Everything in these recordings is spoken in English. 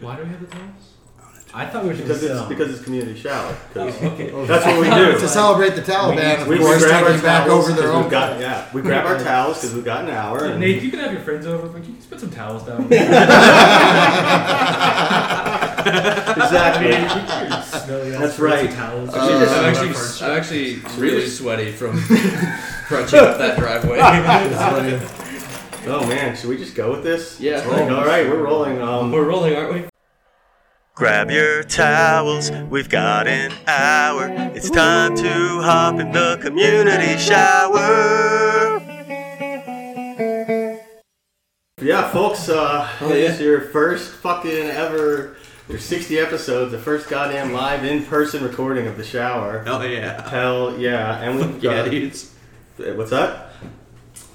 Why do we have the towels? I thought we were Because just it's because it's community shower. 'cause Oh, okay. That's what we do. to celebrate the Taliban, We, we of course, grab our taking back towels over 'cause their we've own. Got, yeah, we grab our towels because we've got an hour. And Nate, you can have your friends over, but you can put some towels down. I exactly. mean, smelly ass That's friends with right. Uh, Towels. Oh, I'm actually, I'm actually really sweaty from crunching up that driveway. Oh man, should we just go with this? Yeah. It's like, all right, we're rolling. Um, We're rolling, aren't we? Grab your towels, we've got an hour. It's time to hop in the community shower. yeah, folks. Uh, Oh, yeah. It's your first fucking ever. Your 60 episodes, the first goddamn live in-person recording of the shower. Hell yeah. Hell yeah! And we've Yeah, got dudes. what's that?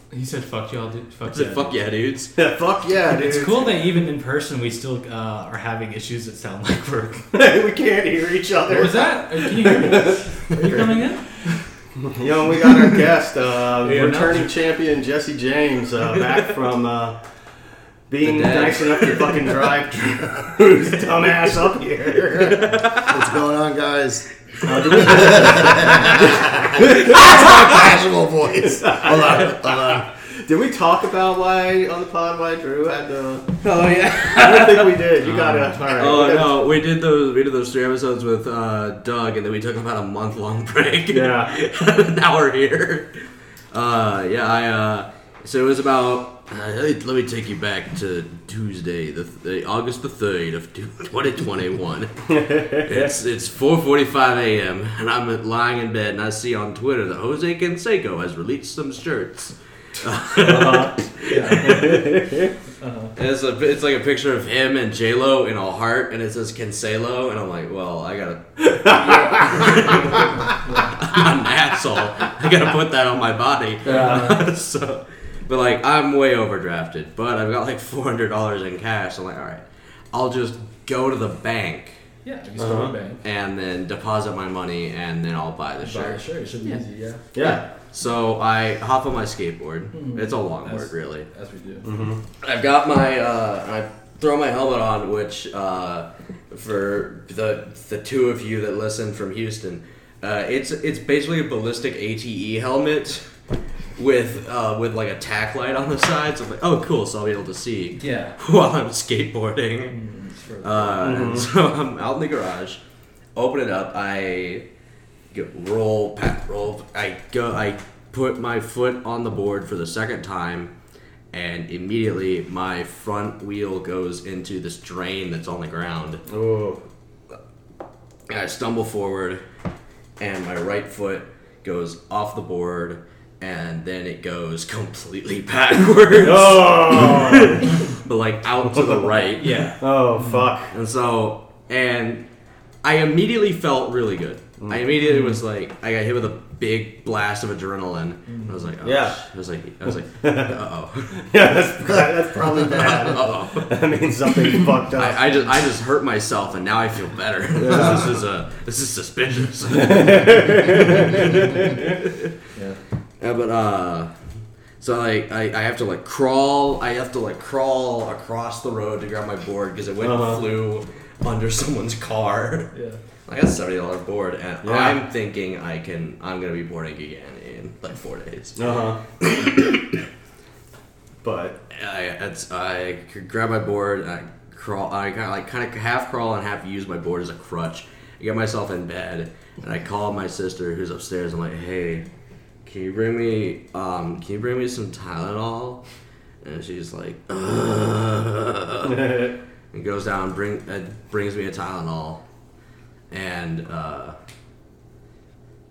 He said, "Fuck y'all, dude. Fuck I said, fuck yeah, dudes. Yeah, fuck yeah, dude. It's cool that even in person we still uh, are having issues that sound like we're. we can't hear each other. What was that? Can you hear me? Are you coming in? You know, we got our guest, uh, Yeah, returning champion Jesse James, uh, back from uh, being The dead. nice enough to fucking drive Drew's dumbass up here. What's going on, guys? Uh, did we- Casual voice. Hold on, hold on. did, we, talk about why on the pod why Drew had the? Oh yeah. I don't think we did. You got it. All right. Oh We got- no, we did those. We did those three episodes with uh, Doug, and then we took about a month long break. Yeah. now we're here. Uh, yeah, I. Uh, so it was about. Uh, let, me, let me take you back to Tuesday, the, the August the third of two- 2021. it's it's 4:45 a.m. and I'm lying in bed and I see on Twitter that Jose Canseco has released some shirts. uh-huh. It's a, it's like a picture of him and J Lo in a heart, and it says Cancelo, and I'm like, well, I gotta, I'm an asshole. I gotta put that on my body. so, but like, I'm way overdrafted, but I've got like four hundred dollars in cash. I'm like, all right, I'll just go to the bank Yeah, if you still Uh-huh. uh bank. and then deposit my money, and then I'll buy the Sure. shirt. sure, it should be easy. Yeah, Yeah. So I hop on my skateboard. It's a long That's- word, really. as we do. Mm. I've got my uh, I throw my helmet on, which uh, for the the two of you that listen from Houston, uh, it's it's basically a ballistic ATE helmet with uh, with like a tack light on the side. So I'm like, oh cool, so I'll be able to see Yeah. while I'm skateboarding. Mm, It's for- Uh, and so I'm out in the garage, open it up. I go, roll, pat, roll. I go. I put my foot on the board for the second time, and immediately my front wheel goes into this drain that's on the ground. Oh. And I stumble forward, and my right foot goes off the board, and then it goes completely backwards, Oh. but like out to the right. yeah. oh fuck. And so, and I immediately felt really good. Mm. I immediately was like, I got hit with a big blast of adrenaline. I was like, oh, Yeah. sh- I was like, I was like, uh oh, Yeah, that's, that's probably bad. uh oh. That means something fucked up. I, I just, I just hurt myself, and now I feel better. this is uh, this is suspicious. Yeah. Yeah, but uh, so like I, I have to like crawl. I have to like crawl across the road to grab my board because it went Uh-huh. and flew under someone's car. Yeah. I got seventy dollar board, and Yeah. I'm thinking I can. I'm gonna be boarding again in like four days. Uh huh. but I it's, I could grab my board, and I crawl. I kind of like kind of half crawl and half use my board as a crutch. I get myself in bed, and I call my sister who's upstairs. I'm like, hey, can you bring me um can you bring me some Tylenol? And she's like, Ugh. and goes down, bring uh, brings me a Tylenol, and uh,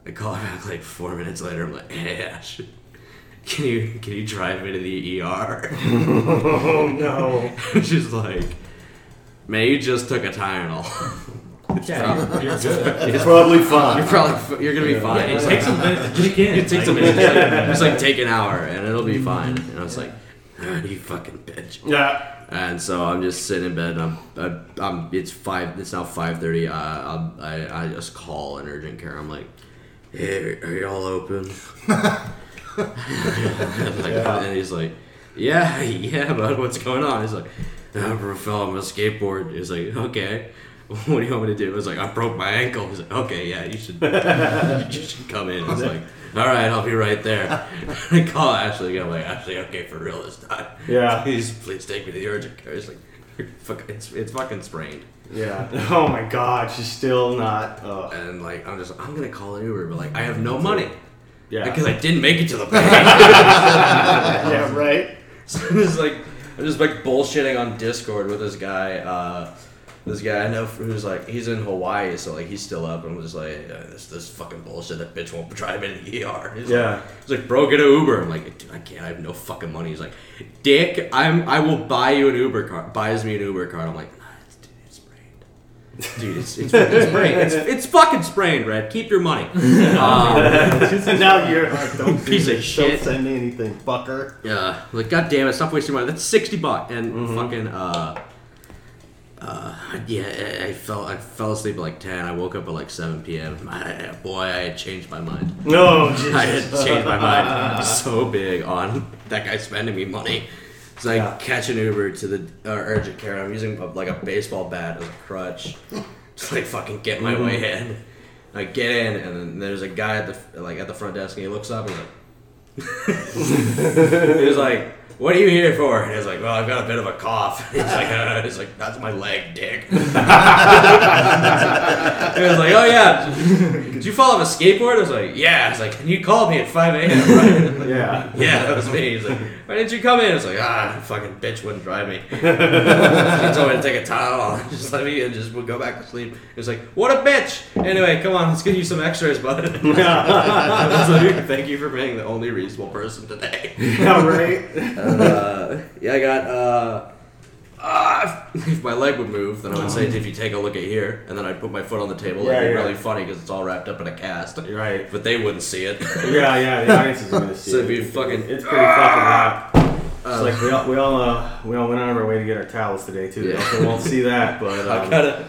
I call her back like four minutes later. I'm like, "Hey Ash, can you can you drive me to the ER?" oh no. She's like, "Man, you just took a Tylenol. Yeah, you're, you're good. It's probably you're fine. probably you're gonna be fine." It takes a minute to kick in. It takes a minute. It's like take an hour, and it'll be fine. And I was like, "Ah, "You fucking bitch." Yeah. And so I'm just sitting in bed. And I'm, I'm, I'm it's five. It's now five thirty. Uh, I'm- I, I just call an urgent care. I'm like, hey, are y'all open? And like, And he's like, yeah, yeah, but what's going on? He's like, the emperor fell on my skateboard. He was like, okay, what do you want me to do? I was like, I broke my ankle. He's like, okay, yeah, you should, you should come in. I was like, all right, I'll be right there. I call Ashley again. I'm like, Ashley, okay, for real this time. Yeah. Please, please take me to the urgent care. He's like, "Fuck, it's, it's fucking sprained. Yeah. Oh my God, she's still not. Uh, And like, I'm just, I'm going to call an Uber, but like, I have no money. yeah. Because I didn't make it to the bank. yeah. Right. So I'm just like I'm just like bullshitting on Discord with this guy. Uh, this guy I know who's like he's in Hawaii, so like he's still up. And I'm just like "Yeah, this this fucking bullshit. That bitch won't drive me to the ER. He's Yeah. Like, he's like, bro, get an Uber. I'm like, dude, I can't. I have no fucking money. He's like, dick, I'm I will buy you an Uber car. Buys me an Uber car. I'm like, nah, it's, dude, it's sprained. Dude, it's it's, it's sprained. It's, it's fucking sprained, Red. Keep your money. Um, now you're don't do Piece of this. shit. Don't send me anything, fucker. Yeah, like god damn it, stop wasting money. That's sixty bucks, and fucking uh, uh, yeah, I- I fell I fell asleep at like ten. I woke up at like seven p.m. I, boy, I had changed my mind. No. I had changed my mind so big on that guy spending me money. So I Yeah. catch an Uber to the uh, urgent care. I'm using uh, like a baseball bat as a crutch to like fucking get my way in. I get in, and then there's a guy at the like at the front desk, and he looks up and he's like. He was like, "What are you here for?" And I was like, "Well, I've got a bit of a cough." He's like, uh, "He's like, that's my leg, dick." he was like, "Oh yeah, did you fall off a skateboard?" I was like, "Yeah." I was like, "And you called me at five a.m. Right? Like, Yeah. yeah, that was me." He's like, "Why didn't you come in?" I was like, "Ah, that fucking bitch wouldn't drive me." she told me to take a Tylenol, just let me, and just would go back to sleep. He was like, "What a bitch!" Anyway, come on, let's get you some X-rays, bud. I was like, "Thank you for being the only reasonable person today." Yeah. Right. uh, yeah, I got. Uh, ah, if my leg would move, then I would say, "If you take a look at here," and then I'd put my foot on the table. Yeah, It'd be yeah. really funny because it's all wrapped up in a cast. Right. But they wouldn't see it. Yeah. Yeah. The audience is gonna see. So it. if you fucking- Oh. It's pretty fucking hot. It's like we all we all, uh, we all went out of our way to get our towels today too. Yeah. So won't see that, but I've um, got a,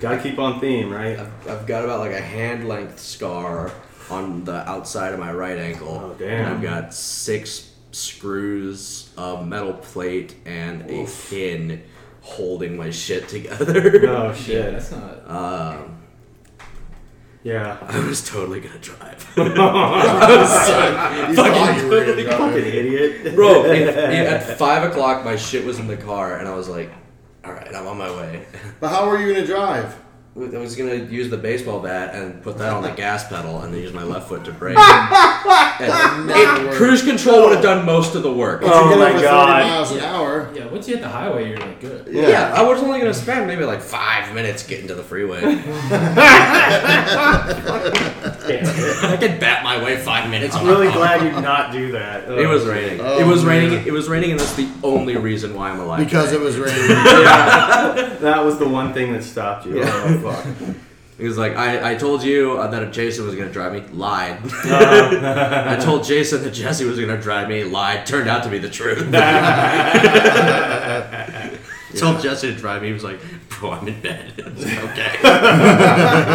gotta keep on theme, right? I've got about like a hand length scar on the outside of my right ankle. Oh, damn. And I've got six screws, a metal plate, and a pin holding my shit together. Oh Yeah, shit. that's not. Um, Yeah. I was totally gonna drive. You thought you were gonna go Fucking there. idiot. Bro, if, if at five o'clock my shit was in the car, and I was like, "All right, I'm on my way." But how are you gonna drive? I was gonna use the baseball bat and put that on the gas pedal, and then use my left foot to brake. And it- cruise control would have done most of the work. Oh you get my over God. 30 miles an hour. Yeah, once you hit the highway, you're like good. Yeah. I was only gonna spend maybe like five minutes getting to the freeway. I could bat my way five minutes. I'm really glad you did not do that. It was raining. Oh, it was raining. man. It was raining, and that's the only reason why I'm alive. Because it was raining. That was the one thing that stopped you. Oh fuck. He was like, I, I told you uh, that Jason was gonna drive me, lied. Oh. I told Jason that Jesse was gonna drive me, lied. Turned out to be the truth. Told Jesse to drive me. He was like, bro, I'm in bed. I was like,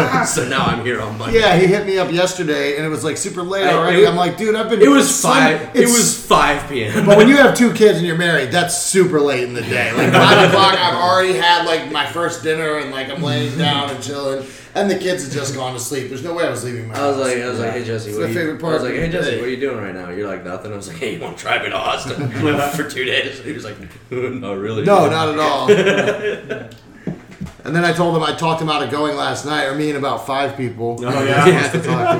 okay. so now I'm here on Monday. Yeah, he hit me up yesterday, and it was like super late I- already. it- I'm like, dude, I've been. It was it's sun- five. It it's- was five p.m. But when you have two kids and you're married, that's super late in the day. Like five o'clock, I've already had like my first dinner, and like I'm laying down and chilling, and the kids have just gone to sleep. There's no way I was leaving my I was house. like, I was like, hey Jesse, It's what my are you? favorite part I was like, of hey the Jesse, day. what are you doing right now? You're like nothing. I was like, hey, you want to drive me to Austin for two days? He was like, no, really? No, not at all. and then I told him I talked him out of going last night, or me and about five people. Oh yeah?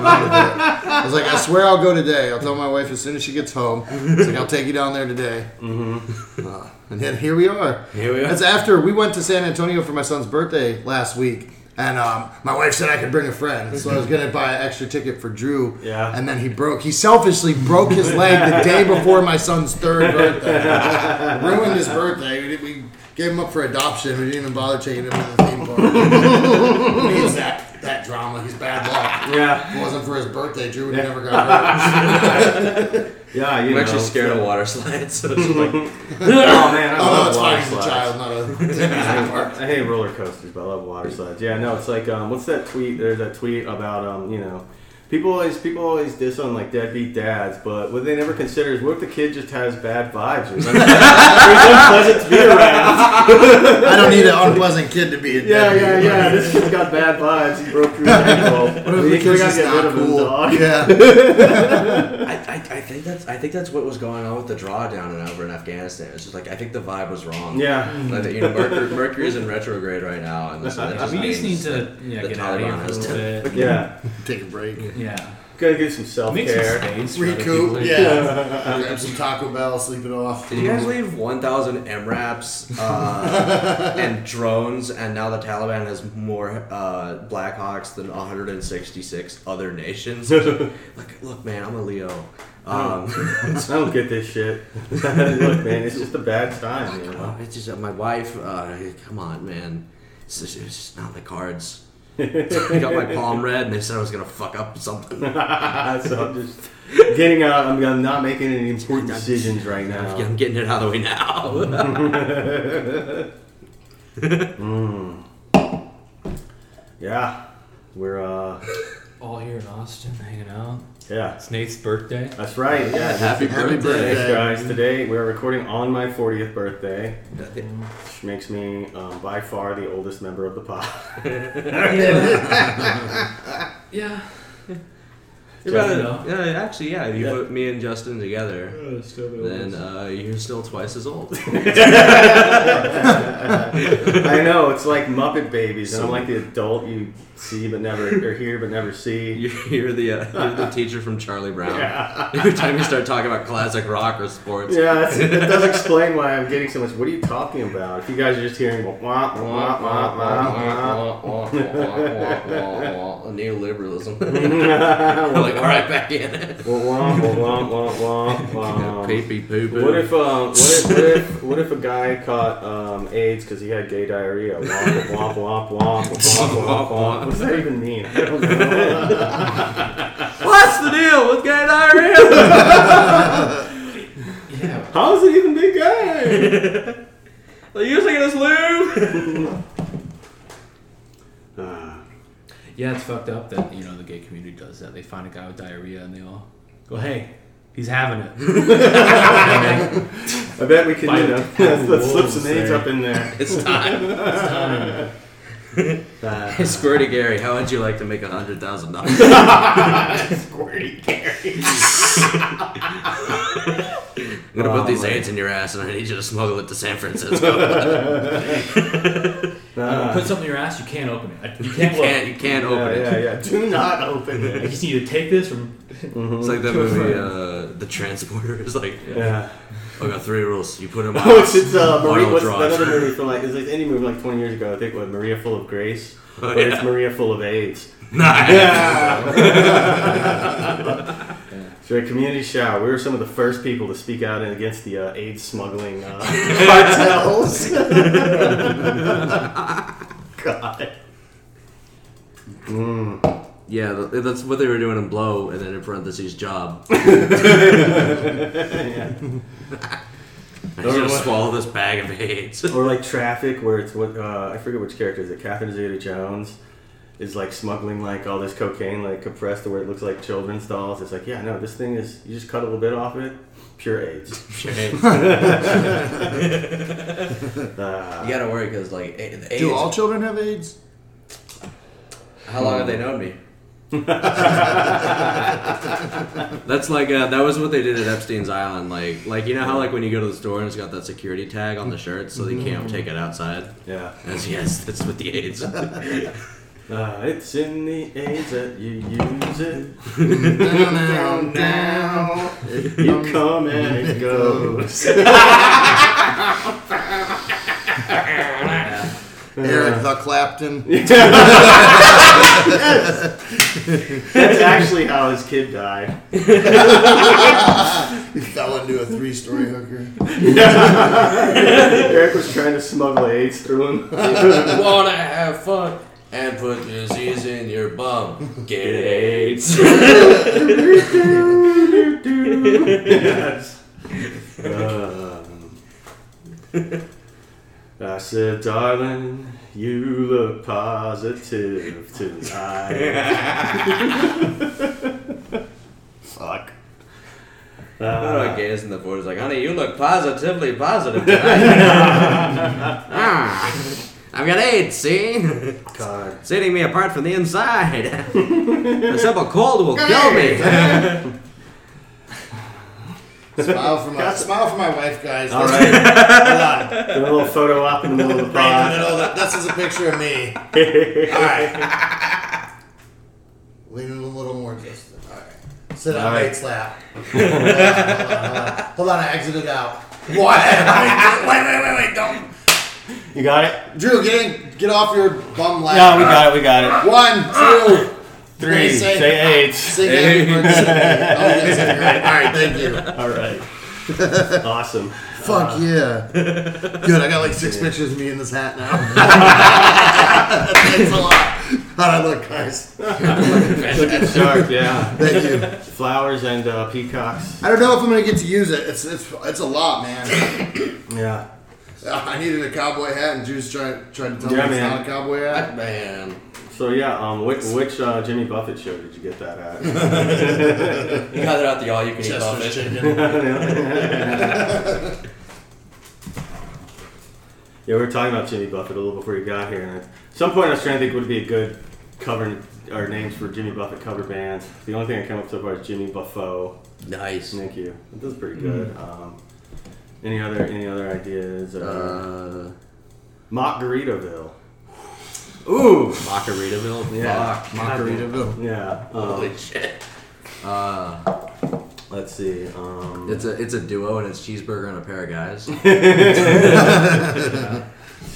I was like, I swear I'll go today. I'll tell my wife as soon as she gets home. I was like, I'll take you down there today. Uh, and then here we are. Mm-hmm. Here we are. That's after we went to San Antonio for my son's birthday last week. And um, my wife said I could bring a friend, so I was gonna buy an extra ticket for Drew. Yeah. And then he broke. He selfishly broke his leg the day before my son's third birthday ruined his birthday. We, didn't- we gave him up for adoption. We didn't even bother taking him to the theme park. he needs that, that drama. He's bad luck. Yeah. If it wasn't for his birthday, Drew would have never got hurt. Yeah. You I'm know, actually scared so- of water slides. So it's just like, Oh man, I Oh, no, love it's water fine. He's a slides. child, not a theme park. I hate roller coasters, but I love water slides. Yeah, no, it's like um, what's that tweet? There's that tweet about um, you know, People always people always diss on like deadbeat dads, but what they never consider is what if the kid just has bad vibes or something? He's unpleasant to be around. I don't need an unpleasant kid to be a Yeah, deadbeat. yeah, yeah. This kid's got bad vibes. He broke through the wall. What if We, the we kid's gotta just get rid not of him, cool? dog. Yeah. I, I, I think that's I think that's what was going on with the drawdown and over in Afghanistan. It's just like I think the vibe was wrong. Yeah. Like, you know, Mercury, Mercury's in retrograde right now, and this, that just we just need means to yeah, the get out of here Taliban for a has little bit. Yeah. Take a break. Yeah. Gotta get some self Make some care. space. for other people. Recoup. Yeah. Grab some Taco Bell, sleep it off. Did you guys leave 1,000 MRAPs uh, and drones, and now the Taliban has more uh, Blackhawks than 166 other nations? like, look, man, I'm a Leo. Um, I don't get this shit. Look, man, it's just a bad time. You know? oh, it's just uh, my wife. Uh, come on, man. It's just, it's just not in the cards. I got my palm red, and they said I was gonna fuck up something. so I'm just getting out. I'm, I'm not making any important decisions right now. I'm getting it out of the way now. Yeah, we're uh, All here in Austin, hanging out. yeah, It's Nate's birthday. that's right. Yeah, Happy Happy birthday. birthday. Thanks, guys. Today we're recording on my 40th birthday, which makes me um, by far the oldest member of the pod. Yeah. You're about Justin, to- yeah, actually, yeah. If you Yeah. put me and Justin together, then Then, uh, uh, you're still twice as old. I know it's like Muppet Babies, and I'm like the adult you see but never or hear but never see. You're, you're the uh, you're the teacher from Charlie Brown. Every time you start talking about classic rock or sports, Yeah, that's, that does explain why I'm getting so much. What are you talking about? If you guys are just hearing wah wah wah wah wah wah. neoliberalism. We're like, all right, back in. Wah, wah, wah, wah, wah, wah, wah. Peepee poo poo. What if, um, what if, what if, what if a guy caught um, AIDS because he had gay diarrhea? Womp, womp, womp, womp, womp, womp, womp. What does that even mean? I don't know. What's the deal with gay diarrhea? yeah. How is it even big guy? They're using it as lube. Yeah, it's fucked up that, you know, the gay community does that. They find a guy with diarrhea and they all go, hey, he's having it. I bet we can, you know, let's, let's slip some AIDS There. up in there. It's time. Uh, Hey, Squirty Gary, how would you like to make a hundred thousand dollars? Squirty Gary. I'm gonna Oh, put these man. AIDS in your ass, and I need you to smuggle it to San Francisco. Put something in your ass, you can't open it. I- You you can't look. can't, you can't open Yeah, it. yeah, yeah. Do not open I it. just need to take this from. It's like that movie, uh, The Transporter. It's like, oh, Yeah. I got three rules. You put them on. Oh, it's, it's uh, Arnold Maria. What's that Drive. other movie from like? It's like any movie like 20 years ago. I think what Maria Full of Grace. Oh, or it's yeah. Maria Full of AIDS. Nice. So at community shower, we were some of the first people to speak out against the uh, AIDS smuggling uh, cartels. God. Yeah, th- that's what they were doing in Blow, and then in parentheses, job. I should have swallowed this bag of AIDS. Or like traffic, where it's what uh, I forget which character is it. Catherine Zeta-Jones is like smuggling like all this cocaine, like compressed to where it looks like children's dolls. It's like, yeah, no, this thing is. You just cut a little bit off it, pure AIDS. you Uh, gotta worry because, like, a- the Do AIDS. all children have AIDS? how long have they known me? That's like uh, that was what they did at Epstein's Island. Like, like you know how like when you go to the store and it's got that security tag on the shirt, so they can't Mm-hmm. take it outside. yeah. That's, yes, that's what the AIDS. Uh, it's in the AIDS that you use it. Down, down, down. You come and it goes. Eric the Clapton. That's actually how his kid died. He fell into a three story hooker. Eric was trying to smuggle AIDS through him. Wanna have fun and put disease in your bum. Get AIDS. Um, uh, I said, darling, you look positive tonight. Fuck. I don't know, Uh, I gazed in the board. It's like, honey, you look positively positive tonight. ah, I've got AIDS, see? It's God. eating me apart from the inside. a simple cold will kill me. Smile for my smile for my wife, guys. All That's- right. Hold on. Right Doing a little photo op in the middle of the in the pod. middle of the- this is a picture of me. All right. Lean in a little more distant. All right. Sit on All right. right. slap. Hold on, hold on, hold on. Hold on, I exited out. What? Wait, wait, wait, wait, wait, don't. You got it? Drew, get in, get off your bum lap. No, we got it. We got it. One, two, Three. Say, Say AIDS. Sing happy birthday. Oh, yes, that's great. All right, thank you. All right. Awesome. Fuck Uh, yeah. Good, I got like six pictures of me in this hat now. Thanks a lot. How'd I look, guys? Looking sharp, yeah. Thank you. Flowers and uh, peacocks. I don't know if I'm gonna get to use it. It's it's it's a lot, man. Uh, Yeah. I needed a cowboy hat, and Drew's trying trying to tell Yeah, me man. it's not a cowboy hat. Man. So yeah, um, which, which uh, Jimmy Buffett show did you get that at? You got it out the all you can eat Chester's buffet. chicken. Yeah, we were talking about Jimmy Buffett a little before you got here, and at some point I was trying to think would be a good cover or names for Jimmy Buffett cover bands. The only thing I came up so far is Jimmy Buffo. Nice. Thank you. That was pretty good. Um, any other any other ideas? Uh, Uh, Margaritaville. ooh, Margaritaville. Yeah. Fuck. Margaritaville. Yeah. Holy Um, shit. Uh, let's see. Um, it's a it's a duo and it's cheeseburger and a pair of guys.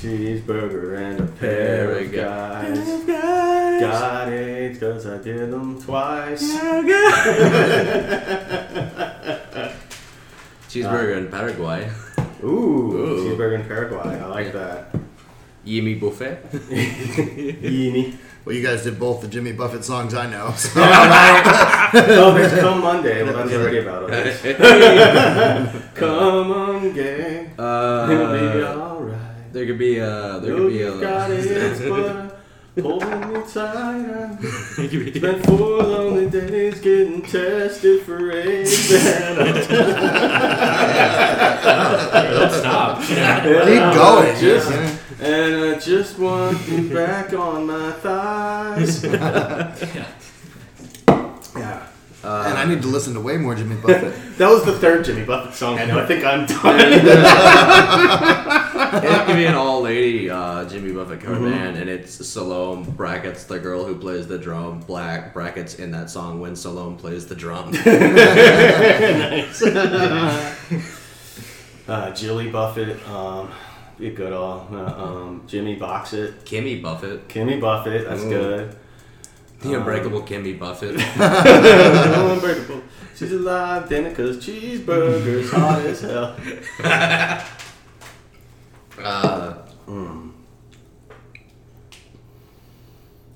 cheeseburger and a pair of Pair guys. Got it, cause I did them twice. Cheeseburger in Paraguay. Ooh, cheeseburger in Paraguay. I like that. Yimi buffet. Yeeny. Well, you guys did both the Jimmy Buffett songs I know. So. Oh, it's come Monday. Well, that's already about it. Come on, gay. It'll be Uh, alright. there could be a there Know could be you've got a it, but holding me tighter. Spent four lonely days getting tested for AIDS. Don't stop. Keep going. Just- yeah. And I just want you back on my thighs. yeah. and Uh, I need to listen to way more Jimmy Buffett. That was the third Jimmy Buffett song I know. I think I'm done. it could be an all lady uh, Jimmy Buffett cover Mm-hmm. band, and it's Salome brackets the girl who plays the drum black brackets in that song when Salome plays the drum. uh, Jilly Buffett, um, be good all. Uh, um, Jimmy Boxit, Kimmy Buffett, Kimmy Buffett, that's Ooh. good. Um, the unbreakable Kimmy Buffett. Oh, unbreakable. She's alive, then cause cheeseburgers hot as hell. Uh, Mm.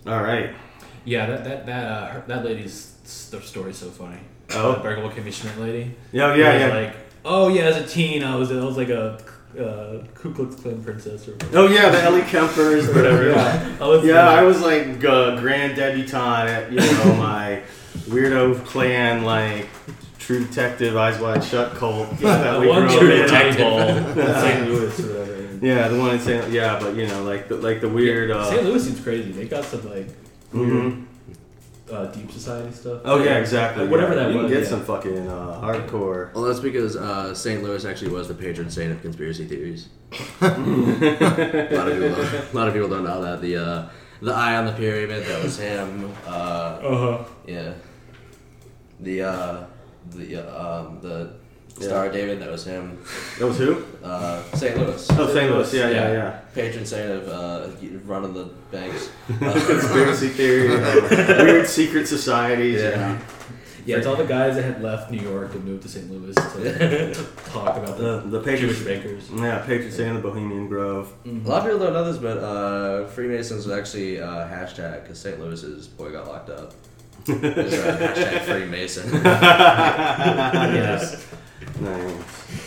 All right. Yeah, that that that uh, her, that lady's s- their story's so funny. Oh. the Bergamo Kimmy Schmidt lady. Yeah, It yeah, was yeah. Like, oh yeah, as a teen, I was I was like a uh, Ku Klux Klan princess or whatever. oh yeah, the Ellie Kempers, whatever. Yeah. I was Yeah, I was like uh, grand debutante at you know my weirdo clan like True Detective, Eyes Wide Shut cult. you know, that the we one grew true up in. detective in St. Louis or whatever. Yeah, the one in St. Yeah, but you know, like the like the weird. St. Uh, Louis seems crazy. They got some like weird mhm. uh, deep society stuff. Oh yeah, exactly. Whatever yeah. that you can was, get yeah. some fucking uh, hardcore. well, that's because uh, St. Louis actually was the patron saint of conspiracy theories. a, lot of people don't, a lot of people don't know that the uh, the eye on the pyramid that was him. Uh, Uh huh. Yeah. The uh the uh, um the Star David that was him. That was who? Uh St. Louis. Oh, St. Louis. Yeah, yeah, Yeah. yeah. Patron saint of uh running the banks. Conspiracy theory, uh, weird secret societies. Yeah. Yeah, it's all the guys that had left New York and moved to St. Louis to talk about The, the, the Jewish Patriots. bakers. Yeah, Patriots and the Bohemian Grove. A lot of people don't know this, but uh, Freemasons was actually uh, hashtag because St. Louis's boy got locked up. It was, uh, hashtag Freemason. yes. Nice.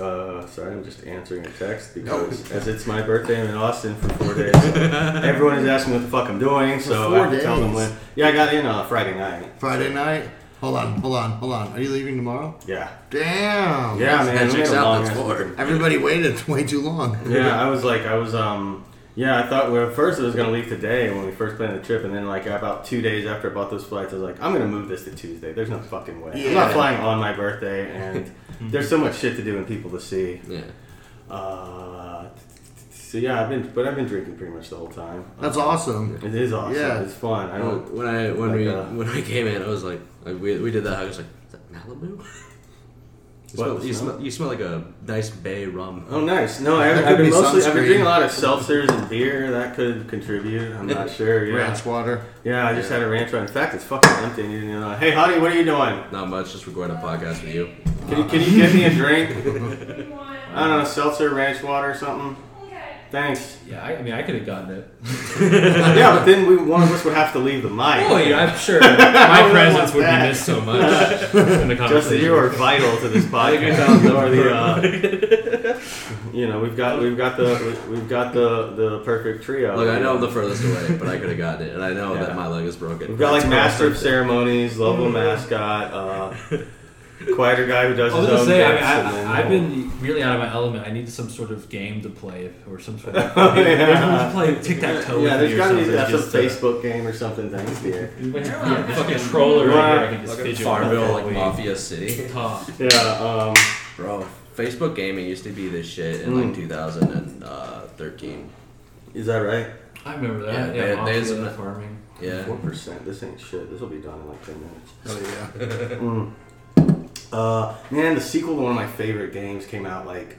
Uh, sorry, I'm just answering a text because as it's my birthday, I'm in Austin for four days. Everyone is asking me what the fuck I'm doing, so four I have to tell them days? when. Yeah, I got in on Friday night. Friday night. Hold on, hold on, hold on. Are you leaving tomorrow? Yeah. Damn. Yeah, man. that we checks had a out, long that's ass four. weekend. Everybody waited way too long. Yeah, I was like, I was, um, yeah, I thought well, at first it was gonna leave today when we first planned the trip, and then like about two days after I bought those flights, I was like, I'm gonna move this to Tuesday. There's no fucking way. I'm Yeah. not flying on my birthday, and there's so much shit to do and people to see. Yeah. Uh, so yeah, I've been, but I've been drinking pretty much the whole time. Um, That's awesome. It is awesome. Yeah. It's fun. I don't. When I when Like, we uh, when I came in, I was like, like we, we did that. I was like, is that Malibu? you, smell, the you, smell? smell, you smell like a nice bay rum. Oh, nice. No, I, That I've could been be mostly. I've sunscreen. been drinking a lot of seltzers and beer. That could contribute. I'm not sure. Yeah. Ranch water. Yeah, I just had a ranch run. In fact, it's fucking empty. And you didn't know. Hey, honey, what are you doing? Not much. Just recording a podcast with you. Can you, can you get me a drink? One. I don't know, seltzer, ranch water, or something. Okay. Thanks. Yeah, I, I mean, I could have gotten it. yeah, but then we, one of us would have to leave the mic. Oh, yeah, I'm sure my presence would that. be missed so much in the Justin, conversation. you are vital to this podcast. you are the, uh, you know, we've got we've got the we've got the the perfect trio. Look, I know I'm the furthest away, but I could have gotten it, and I know Yeah. that my leg is broken. We've got like That's master of perfect. ceremonies, local Mm-hmm. mascot, uh, quieter guy who does I was his gonna own say, I mean, bits, and then I, I, I've we'll- been really out of my element. I need some sort of game to play, or some sort of Oh, yeah. Everyone play tic tac toe. Yeah, with there's me or gotta be something, that's a just uh, to- Facebook game or something. Thanks, dear. Yeah, fucking troller right here. I can just Like a fidget Farmville, all like week. Mafia City. Talk. Yeah. Um, Bro, Facebook gaming used to be this shit in like uh, 2013. is that right? I remember that. Yeah, Yeah, they- Mafia, there's a- farming. Yeah. Four percent. This ain't shit. This will be done in like ten minutes. Oh yeah. Uh, man, the sequel to one of my favorite games came out like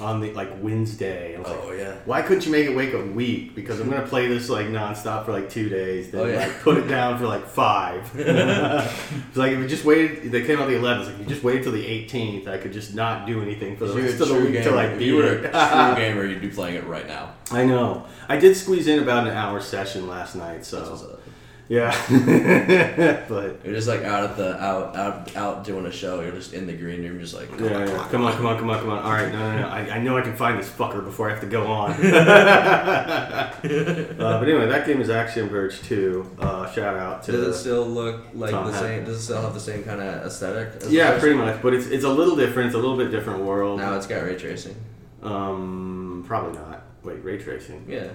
on the like Wednesday. I was Oh, like, yeah. Why couldn't you make it wake a week? Because I'm gonna play this like nonstop for like two days, then Oh, yeah. like put it down for like five. it's like if you just waited, they came out the 11th. Like if you just waited till the 18th, I could just not do anything for the rest If you of the were a true week till I gamer- if beat you were a it. true gamer, you'd be playing it right now. I know. I did squeeze in about an hour session last night, That's what's so up. yeah. but You're just like out at the out out out doing a show. You're just in the green room, just like Yeah, yeah. Come on, come on, come on, come on. All right, no, no, no. I, I know I can find this fucker before I have to go on. uh, but anyway, that game is Action Verge 2. Uh, shout out to. Does it still look like Tom the Hanks. same? Does it still have the same kind of aesthetic? as the yeah, first pretty one? much. But it's, it's a little different. It's a little bit different world. Now it's got ray tracing. Um, probably not. Wait, ray tracing. Yeah,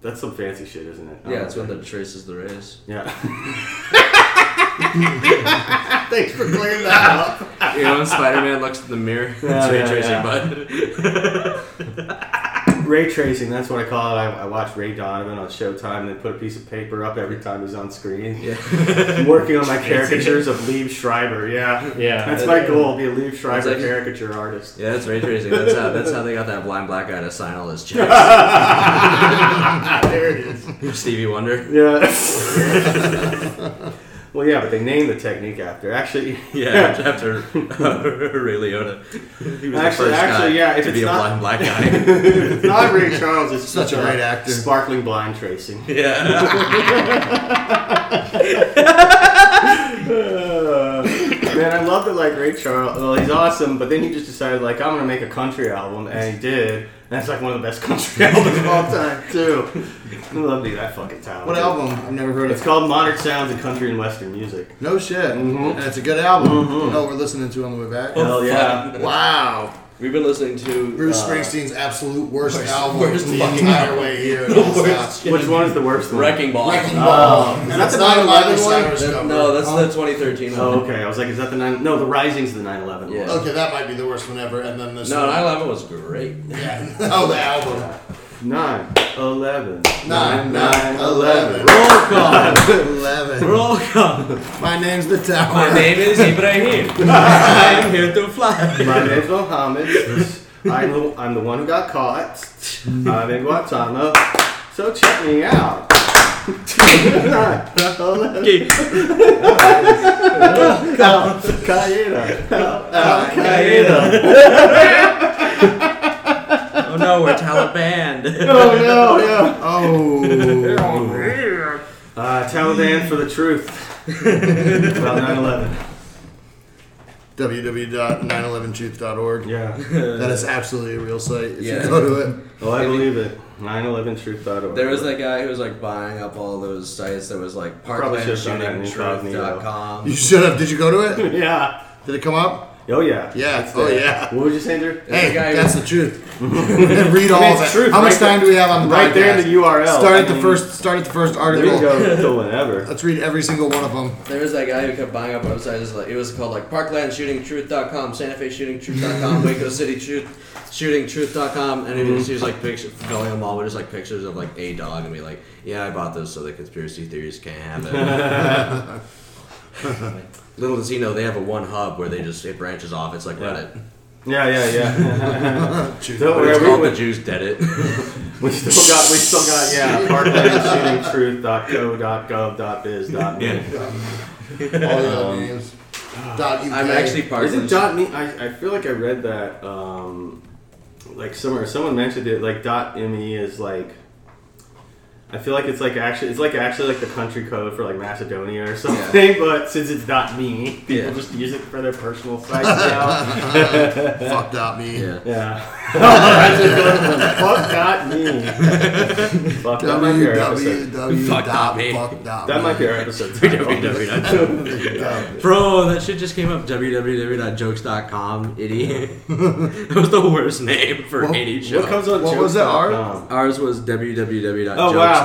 That's some fancy shit, isn't it? yeah. It's when the traces the rays. Yeah. Thanks for clearing that up. you know, when Spider Man looks in the mirror, Yeah, it's ray yeah, tracing, yeah. bud. Ray tracing, that's what I call it. I, I watch Ray Donovan on Showtime and then put a piece of paper up every time he's on screen. yeah. I'm working on my caricatures of Liev Schreiber. Yeah, Yeah. that's my goal. Be a Liev Schreiber like- caricature artist. Yeah, that's ray tracing. That's how that's how they got that blind black guy to sign all his checks. Ah, there it is. Stevie Wonder. Yeah. well, yeah, but they named the technique after. Actually, Yeah, after uh, Ray Liotta, he Actually- was the first actually, guy yeah, if to it's be not- a blind black guy. it's not Ray Charles. It's Such a just, uh, great actor. Sparkling blind tracing. yeah, Uh, man, I love that. Like Ray Charles, well, he's awesome. But then he just decided, like, I'm gonna make a country album, and he did. And that's like one of the best country albums of all time, too. I love to be that fucking talented. What album? I've never heard It's of. called Modern Sounds in Country and Western Music. No shit. Mm-hmm. And it's a good album. You know what we're listening to on the way back? Hell yeah. Wow. we've been listening to Bruce Oh. uh, Springsteen's absolute worst, worst- album worst the fucking entire album. way here. The worst Which one is the worst one? Wrecking Ball. Wrecking Uh, Ball. is That's that the 9/11 not a Miley Cyrus that- cover. no, that's Huh? the 2013 one. Oh, okay. I was like, is that the nine? No, the Rising's the 9/11 Yeah. one. Okay, that might be the worst one ever. And then this No, one. 9 11 was great. Yeah. Oh, the album. Nine, eleven, Nine, nine, eleven. eleven. Roll call. Eleven. My name's the Tower. My name is Ibrahim. I am here to fly. My name's Mohammed. I'm the, I'm the one who got caught. I'm in Guantanamo. So check me out. Uh, Nine, eleven, Al Qaeda. Al Qaeda. Oh no, we're Taliban. Oh no, yeah. Oh. Uh, Taliban for the truth about 9/11. www.911truth.org. Yeah. That is absolutely a real site. If Yeah. you go to it, Oh, I believe it. 911truth.org. There was that guy who was like buying up all those sites that was like Probably should've done that in parklandshootingtruth.com. you should have. Did you go to it? Yeah. Did it come up? Oh, yeah. Yeah. Oh yeah. What would you say, Andrew? Hey, The guy who- that's the truth. Read all of it's it. truth, How much right time there. do we have on the Right there in podcast? the URL. Start I at the mean, first. Start at the first There you article. go. Till whenever. Let's read every single one of them. There was that guy who kept buying up websites. it's Like, it was called like parklandshootingtruth.com, Santa Fe shootingtruth.com, Waco City truth, shootingtruth.com, and it was just like pictures, filling them all with just like pictures of like a dog and be like, yeah, I bought this so the conspiracy theories can't have it. Little does he know they have a one hub where they just it branches off. It's like Reddit. Yeah, yeah, yeah. Truth. Don't But worry, it's called we, the Jews did it. we still got, we still got, yeah, parklandshootingtruth.co.gov.biz.net. All the other names. Ah, Dot UK. I'm actually Is it parkland. dot me? I, I feel like I read that um, like somewhere someone mentioned it. Like dot me is like I feel like it's like actually it's like actually like the country code for like Macedonia or something. But since it's dot me, people Yeah. just use it for their personal sites now. fucked up me. yeah. yeah. I just go, Fuck dot me. Fuck that might be our episode. www. Fucked up dot me. fucked up That me. might be our episode. Bro, that shit just came up. www.jokes.com, idiot. that was the worst name for any show. What comes on? What jokes was that, dot Art? com? Ours was www.jokes.com. Oh, wow.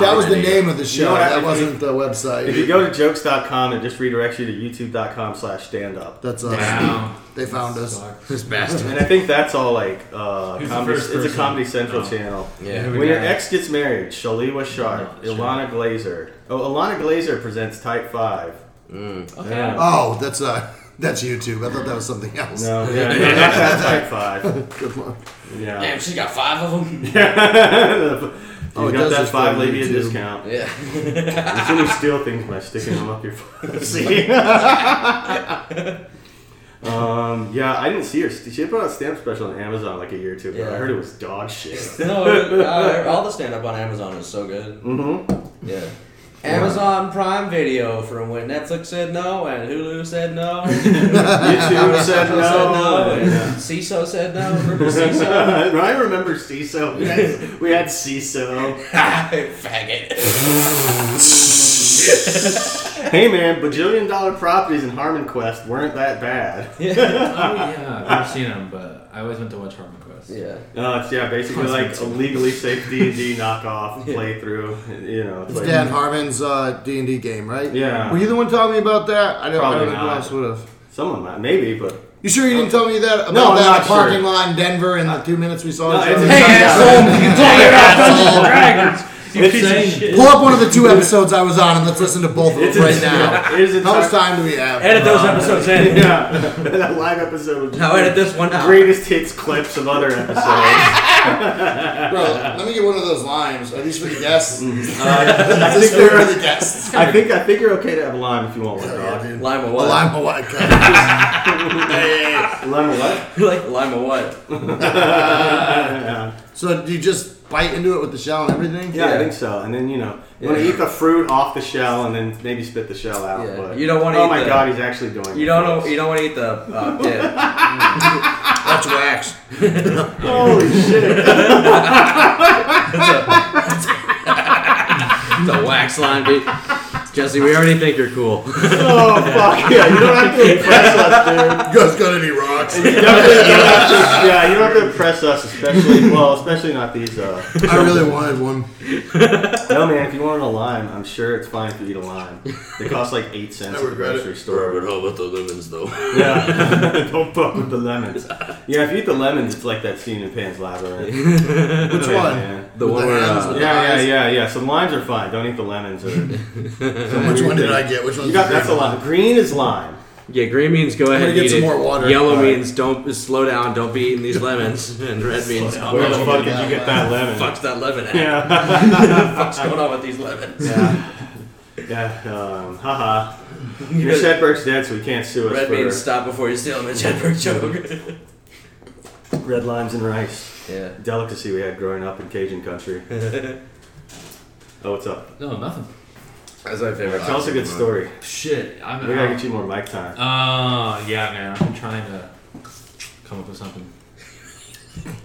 That was the idiot. name of the show. know what I- that wasn't the website. If you go to jokes.com, it just redirects you to youtube.com slash stand up. That's us. Wow. They found us. This bastard. And I think that's all like uh, Who's the comedy, first it's a person? Comedy Central Oh. channel. Who Yeah. we When your got? Oh, ex gets married, Shaliwa Sharp, sure. Ilana Glazer. Oh, Ilana Glazer presents Type Five. Okay. Yeah. Oh, that's uh, that's YouTube. I thought that was something else. No, yeah, no, not that Type Five. Good luck. Yeah, she's got five of them? you Oh, it got does that just five go to lady a YouTube. discount. Yeah. You shouldn't steal things by sticking them up your pussy. um, yeah, I didn't see her. st- She put out a stamp special on Amazon like a year or two ago. I Yeah. heard it was dog shit. No, uh, all the stand up on Amazon is so good. Mm-hmm. Yeah. Amazon Prime Video from when Netflix said no and Hulu said no. YouTube said Apple said no. no. And Yeah. CISO said no. Remember CISO? I remember CISO. We had, we had CISO. Faggot. Hey man, bajillion dollar properties in Harmon Quest weren't that bad. Oh yeah, I've never seen them, but I always went to watch Harmon Quest. Yeah. No, it's yeah, basically like a legally safe D and D knockoff playthrough. You know, it's It's like Dan Harmon's uh, D&D game, right? Yeah. Were you the one telling me about that? I don't, I Probably don't know who not. else would have. someone might uh, maybe, but You sure you didn't tell me that about No, I'm that not parking sure. lot in Denver in the two minutes we saw No, each it's- other? Hey, You It's- saying shit. Pull up one of the two episodes I was on and let's listen to both of it's them right its- now. It is How much entire- time do we have? Edit those episodes in. Yeah, that live episode. was just Now edit this one out. Greatest hits clips of other episodes. Bro, let me get one of those limes. Are these for the guests? I Is think this for they're- the guests? I think I think you're okay to have lime if you want one, dog. Dude. Lima A what? lime of what kind? Lime or what? Uh, like Lima what? So do you just bite into it with the shell and everything? Yeah, I Yeah. think so. And then you know, you want to Yeah. eat the fruit off the shell and then maybe spit the shell out. Yeah. But You don't wanna Oh eat my the- god, he's actually doing. You it. don't know. You don't want to eat the uh, dip. That's wax. Holy shit! the wax line, dude. Jesse, we already think you're cool. Oh fuck yeah! You don't have to impress us, dude. You guys got any rocks? You definitely don't have to. Yeah, you don't have to impress us, especially well, especially not these. Uh, I really wanted one. no man, if you wanted a lime, I'm sure it's fine if you eat a lime. They cost like eight cents at the regret it. grocery store. how about the lemons, though? Yeah, don't fuck with the lemons. Yeah, if you eat the lemons, it's like that scene in Pan's Labyrinth. Which Yeah, one? man. The one the where hands uh, with Yeah, yeah, Eyes. yeah, yeah. Some limes are fine. Don't eat the lemons. Or, Which one did I get? Which one's You got the that's a green lot. Green is lime. yeah, green means go ahead gonna and get eat some it. more water. Yellow Alright. means don't slow down. Don't be eating these lemons. And red means oh, Where where the the fuck did you get that lemon? fuck's that lemon at? Yeah, What's going on with these lemons? yeah. Um, haha. Your Shedberg's dead, so he can't sue us Red for means stop before you steal them. A Jedburgh joke. red limes and rice. yeah. Delicacy we had growing up in Cajun country. oh, what's up? No, nothing. That's my favorite. Tell us a Oxford good moment. story. Shit, I'm. We gotta get you more mic time. Oh yeah, man. I'm trying to come up with something.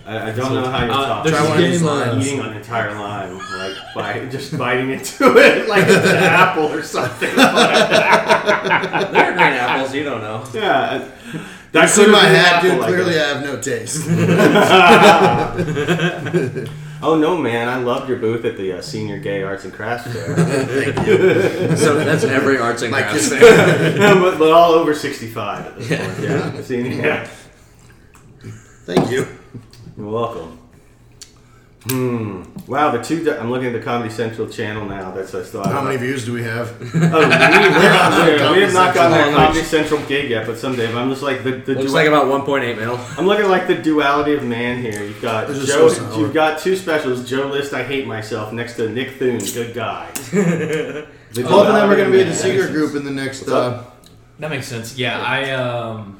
I, I don't know how you Uh, talk. there's this Try one of game these on- lines. eating an entire lime, like by just biting into it, like it's an apple or something. They're green apples. You don't know. Yeah, that See could've my been an hat, apple, uh, I dude. guess. Clearly, I have no taste. Oh no, man! I loved your booth at the uh, Senior Gay Arts and Crafts Fair, Thank you. So that's every arts and My crafts. kiss- thing. but, but all over sixty-five at this point. Yeah, senior. Yeah. Thank you. You're welcome. Hmm. Wow, the two. I'm looking at the Comedy Central channel now. That's I thought. How many views do we have? Oh, we, we're, we're, we Comedy have not Central. gotten our How much? Comedy Central gig yet, but someday. But I'm just like the, the Looks dual- like about 1.8 mil. I'm looking like the duality of man here. You've got This is Joe. so sour. You've got two specials: Joe List, I Hate Myself, next to Nick Thune, Good Guy. The Both of them are going to be in duality the of secret group in the next. Uh, up? That makes sense. Yeah, I um,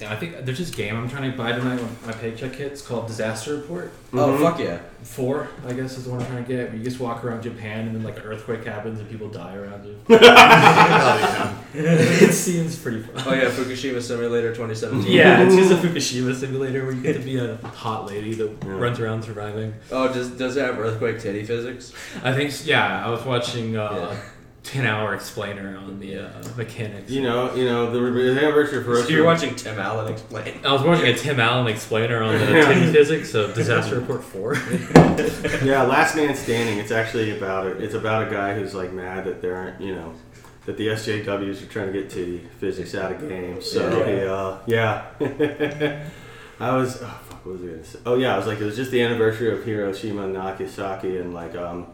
yeah, I think there's this game I'm trying to buy tonight when my paycheck hits called Disaster Report. Oh fuck yeah! Four, I guess, is the one I'm trying to get. Where you just walk around Japan and then like an earthquake happens and people die around you. it seems pretty fun. Oh yeah, Fukushima Simulator 2017. Yeah, it's just a Fukushima simulator where you get to be a hot lady that Yeah. runs around surviving. Oh, does does it have earthquake titty physics? I think, s- yeah, I was watching uh, Yeah. ten hour explainer on the uh, mechanics. You know, you know the re- the anniversary for us. So you're watching Tim Allen explain. I was watching a Tim Allen explainer on the Yeah. titty physics of Disaster Report Four. Yeah, Last Man Standing. It's actually about a, it's about a guy who's like mad that there aren't you know that the SJWs are trying to get to physics out of games. So yeah, yeah. I was oh fuck, what was I gonna say? Oh yeah, I was like it was just the anniversary of Hiroshima and Nagasaki and like um.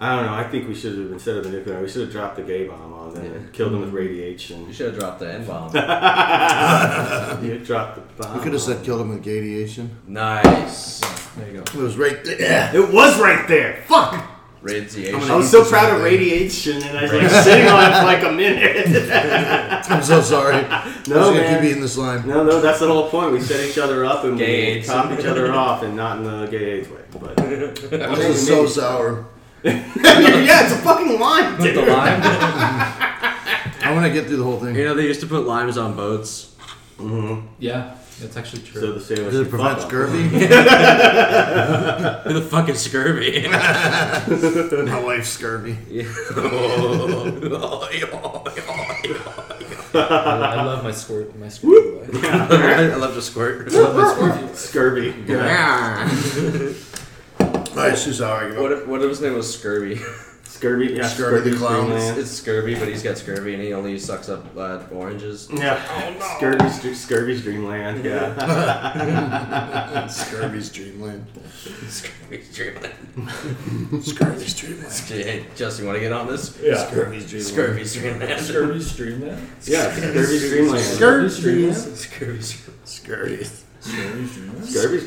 I don't know. I think we should have instead of the nuclear, we should have dropped the gay bomb on them and killed them with You radiation. should have dropped the N bomb. You dropped the bomb. we could have said killed him with gadiation. nice. there you go. It was right there. Yeah. it was right there. Fuck. Raids the I'm Asian. I was so proud of radiation, and I was like sitting on it for like a minute. I'm so sorry. I was no, gonna man. keep eating this lime. No, no, that's the whole point. We set each other up and Gay we AIDS. top each other off, and not in the gay AIDS way. But This is so sour. yeah, it's a fucking line, With the dude. lime. I want to get through the whole thing. you know they used to put limes on boats. Yeah, that's actually true. So the sailors Does it should prevent fuck off. scurvy? Who the fuck is scurvy? My wife's scurvy. I I love my squirt, my squirt. boy. I love to squirt. I love my squirt. Scurvy. All right, it's too sour. I give What up. if, what if his name was Scurvy? Scurvy. Oh, Yeah, Scurvy the clown. Screamland. It's Scurvy, but he's got scurvy and he only sucks up uh, oranges. Yeah. Oh, Scurvy's, dr- Scurvy's Dreamland. Yeah. Scurvy's dreamland. Scurvy's dreamland. Scurvy's dreamland. Hey, Justin, want to get on this? Scurvy's dreamland. Scurvy's dreamland. Scurvy stream that. yeah. Scurvy's Dreamland. Scurvy stream that. Scurvy's Scurvy's. Scurvy's Dreamland. Scurvy's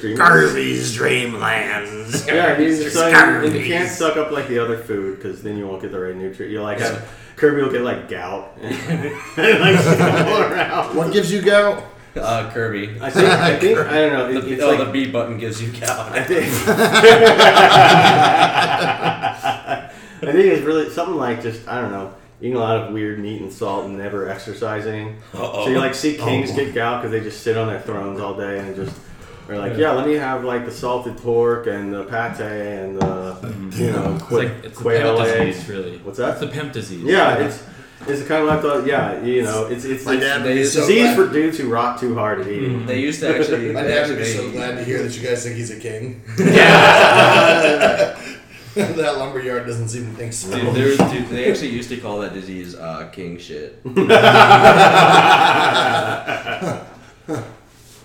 dreamland. Yeah, he's so Scurvy. and you can't suck up like the other food because then you won't get the right nutrient. You'll like have Kirby will get like gout and like all around. What gives you gout? uh, Kirby. I think, I think I don't know. It, it's oh, like the B button gives you gout. I think I think it's really something like just I don't know eating a lot of weird meat and salt and never exercising. Uh-oh. So you like see kings get gout because they just sit on their thrones all day and just are like, yeah, let me have like the salted pork and the pate and the you know It's qu- like it's the quail pimp eggs. disease, really. What's that? It's the pimp disease. Yeah, it's it's the kind of like the yeah you know it's it's, My it's dad would they- be so disease glad. for dudes who rot too hard at Mm-hmm. eating. They used to actually. My they dad would be actually- so glad to hear that you guys think he's a king. that lumberyard doesn't seem to think so. Dude, there was, dude, they actually used to call that disease uh, king shit.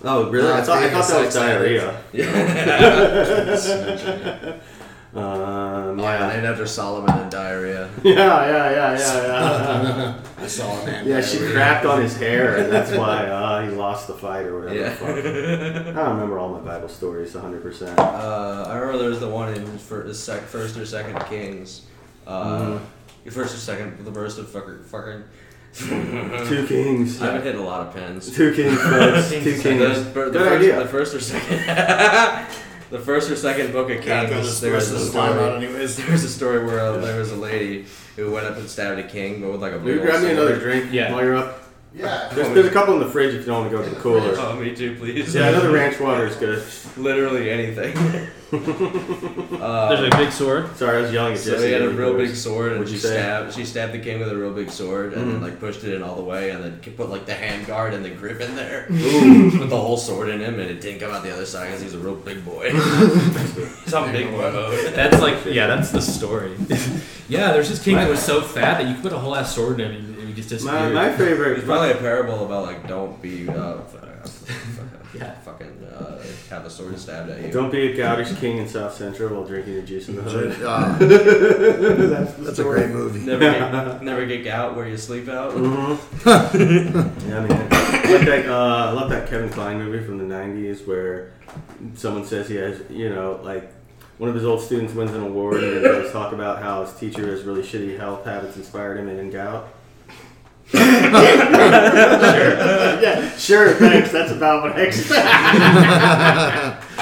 Oh really? I Nah, thought I being thought a that was sex addict. diarrhea. Um, Oh, Yeah, yeah. named after Solomon and diarrhea. Yeah, yeah, yeah, yeah, yeah. I saw a man. Yeah, she crapped on his hair, and that's why uh, he lost the fight or whatever. Yeah. The fuck. I don't remember all my Bible stories 100%. Uh, I remember there was the one in for the sec, first or second Kings. Uh, Mm-hmm. First or second, the verse of fucker, fucker. Two kings. I haven't hit a lot of pens. uh, Two kings, folks. Two The, kings. the, Good first, the idea. first or second. the first or second book it came, Gotta throw this there was rest a of this line out story. anyways. There was a story where uh, there was a lady who went up and stabbed a king, but with like a. Will you big grab old me another sword. drink Yeah. while you're up? Yeah. There's, there's a couple in the fridge if you don't want to go to the cooler. Oh, me too, please. Yeah, another ranch water is good. Literally anything. Uh, There's a big sword. Sorry, I was yelling at So Jesse. he had a real big Anyways. sword, and What'd she you say? Mm-hmm. stabbed. She stabbed the king with a real big sword, and then like pushed it in all the way, and then put like the hand guard and the grip in there, put the whole sword in him, and it didn't come out the other side because he's a real big boy. He's on big boy mode. That's like, yeah, that's the story. yeah, there's this king that was so fat that you could put a whole ass sword in him and he- and he just My, disappeared. my favorite. There's probably a parable about like don't be uh, Yeah. fucking uh, have a sword stabbed at you. Don't be a goudish king in South Central while drinking the juice in the hood. Uh, that's a great movie. Never get, never get out where you sleep out. Mm. Yeah, I mean, I like that, uh, I love that Kevin Kline movie from the '90s where someone says he has, you know, like one of his old students wins an award and they always talk about how his teacher has really shitty health habits inspired him in gout. sure. yeah, sure. Thanks. That's about what I expect.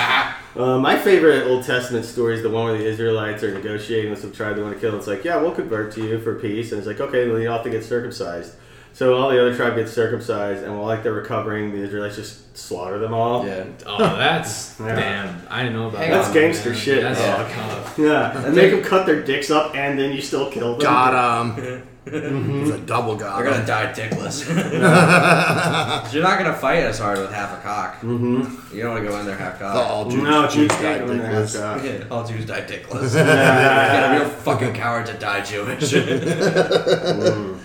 Uh, my favorite Old Testament story is the one where the Israelites are negotiating with some tribe they want to kill. It's like, yeah, we'll convert to you for peace. And it's like, okay, well, you all have to get circumcised. So all the other tribe gets circumcised, and while like they're recovering, the Israelites just slaughter them all. Yeah. oh, that's. Yeah. Damn. I didn't know about Hang that. on. That's gangster man. shit, That's dog. tough. Yeah, and make them cut their dicks up, and then you still kill them. Got him. It's a double They're got gonna him. die dickless. You're not gonna fight as hard with half a cock. Mm-hmm. You don't want to go in there half The Oh. cock. all Jews, No, Jews Jews died can't win that. dickless. Uh, Yeah, all Jews die dickless. Gotta be a real fucking coward to die Jewish. Mm.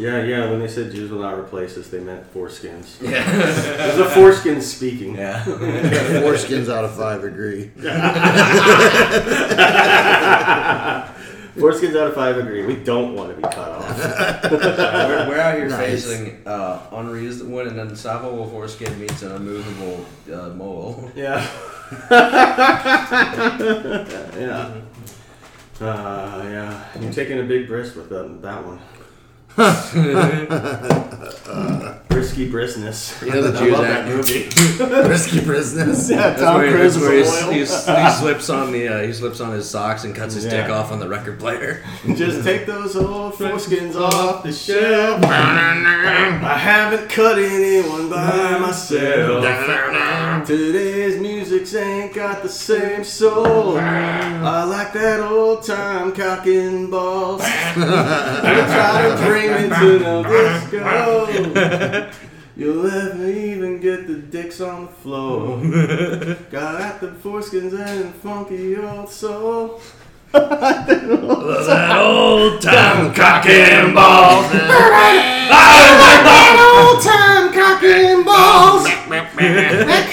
Yeah, yeah. When they said Jews will not replace us, they meant foreskins. yeah. It was a foreskin speaking. yeah. Four skins out of five agree. Foreskins out of five agree. We don't want to be cut off. We're, we're out here Nice. facing uh, unreasonable and unstoppable foreskin meets an unmovable uh, mole. Yeah. yeah. Uh, yeah. You're taking a big brisk with that, that one. Risky briskness. You know the I Jews love act- that movie. Risky business. Yeah, That's Tom where, Cruise that's was where a he's- loyal. he's- he slips on the uh, he slips on his socks and cuts his dick Yeah. off on the record player. Just take those old foreskins off the shelf. I haven't cut anyone by myself. Today's music's ain't got the same soul. I like that old time cock and balls. I'm trying to bring me to no disco. You'll never even get the dicks on the floor. Got at the foreskins and funky old soul. Dumb cock and balls. that old time cock and balls. that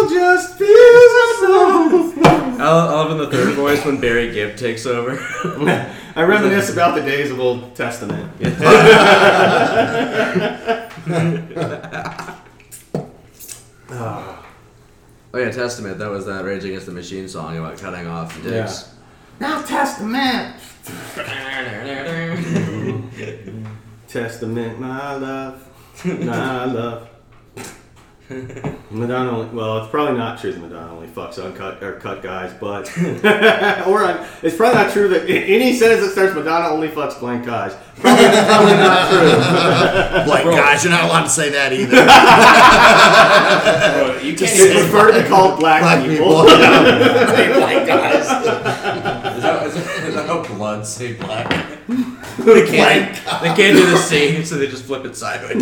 kind of oil just feels so. I love, I love in the third voice when Barry Gibb takes over. I reminisce about the days of Old Testament. oh yeah, Testament. That was that Rage Against the Machine song about cutting off dicks. Now Testament. Testament, my love, my love. Madonna, only, well, it's probably not true that Madonna only fucks uncut or cut guys, but or un- it's probably not true that a- any sentence that starts Madonna only fucks blank guys. Like, guys, you're not allowed to say that either. you Just It's prefer to be called black, Black people. people. black guys. Is that, is, that, is that how blood say black? they, can't, they can't do the same, so they just flip it sideways.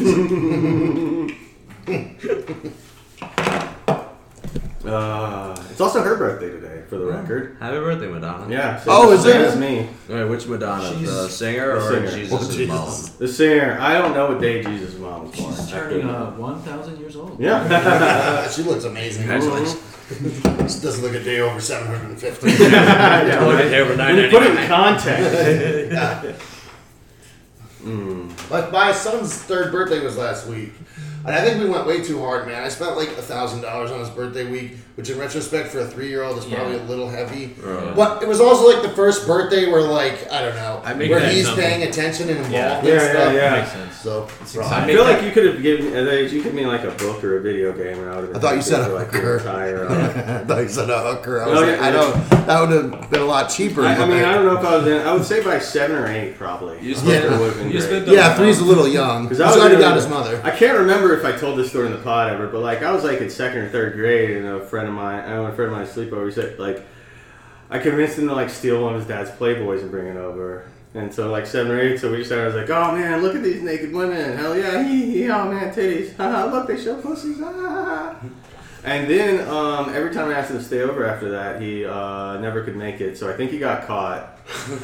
Uh, it's also her birthday today, for the record. Happy birthday, Madonna. Yeah. so Oh, the is same it? as me? Alright, which Madonna? The Jesus. singer or The singer. Jesus' Oh, Jesus. mom? The singer. I don't know what day Jesus' mom was born. She's turning uh, 1,000 years old. Yeah. she looks amazing. Congratulations. This doesn't look a day over yeah 750. Look right. at there with When you put it in 999. context. like, my son's third birthday was last week. And I think we went way too hard, man. I spent like a thousand dollars on his birthday week, which in retrospect for a three year old is probably a little heavy. But it was also like the first birthday where like I don't know I make where that he's number. paying attention and involved Yeah. and Yeah, yeah, stuff. yeah. Makes sense. So I feel like you could have given at that age, you could mean like a book or a video game, and I would have. I thought you said a like hooker. entire. I thought you said a hooker. I was No, like, Oh, yeah, I yeah. don't. That would have been a lot cheaper. I, I but mean, I don't know if I was in. I would say by seven or eight, probably. You just I think spent- it would have been you just great. spent yeah, three's a little young. He's I was already in a- got his mother. I can't remember if I told this story in the pod ever, but like I was like in second or third grade, and a friend of mine, I had a friend of mine sleepover. He said like, I convinced him to like steal one of his dad's Playboys and bring it over. And so like seven or eight, so we just started. I was like, oh man, look at these naked women. Hell yeah, hee hee, oh man, titties. Haha, look, they show pussies. Ah. And then um, every time I asked him to stay over after that, he uh, never could make it. So I think he got caught.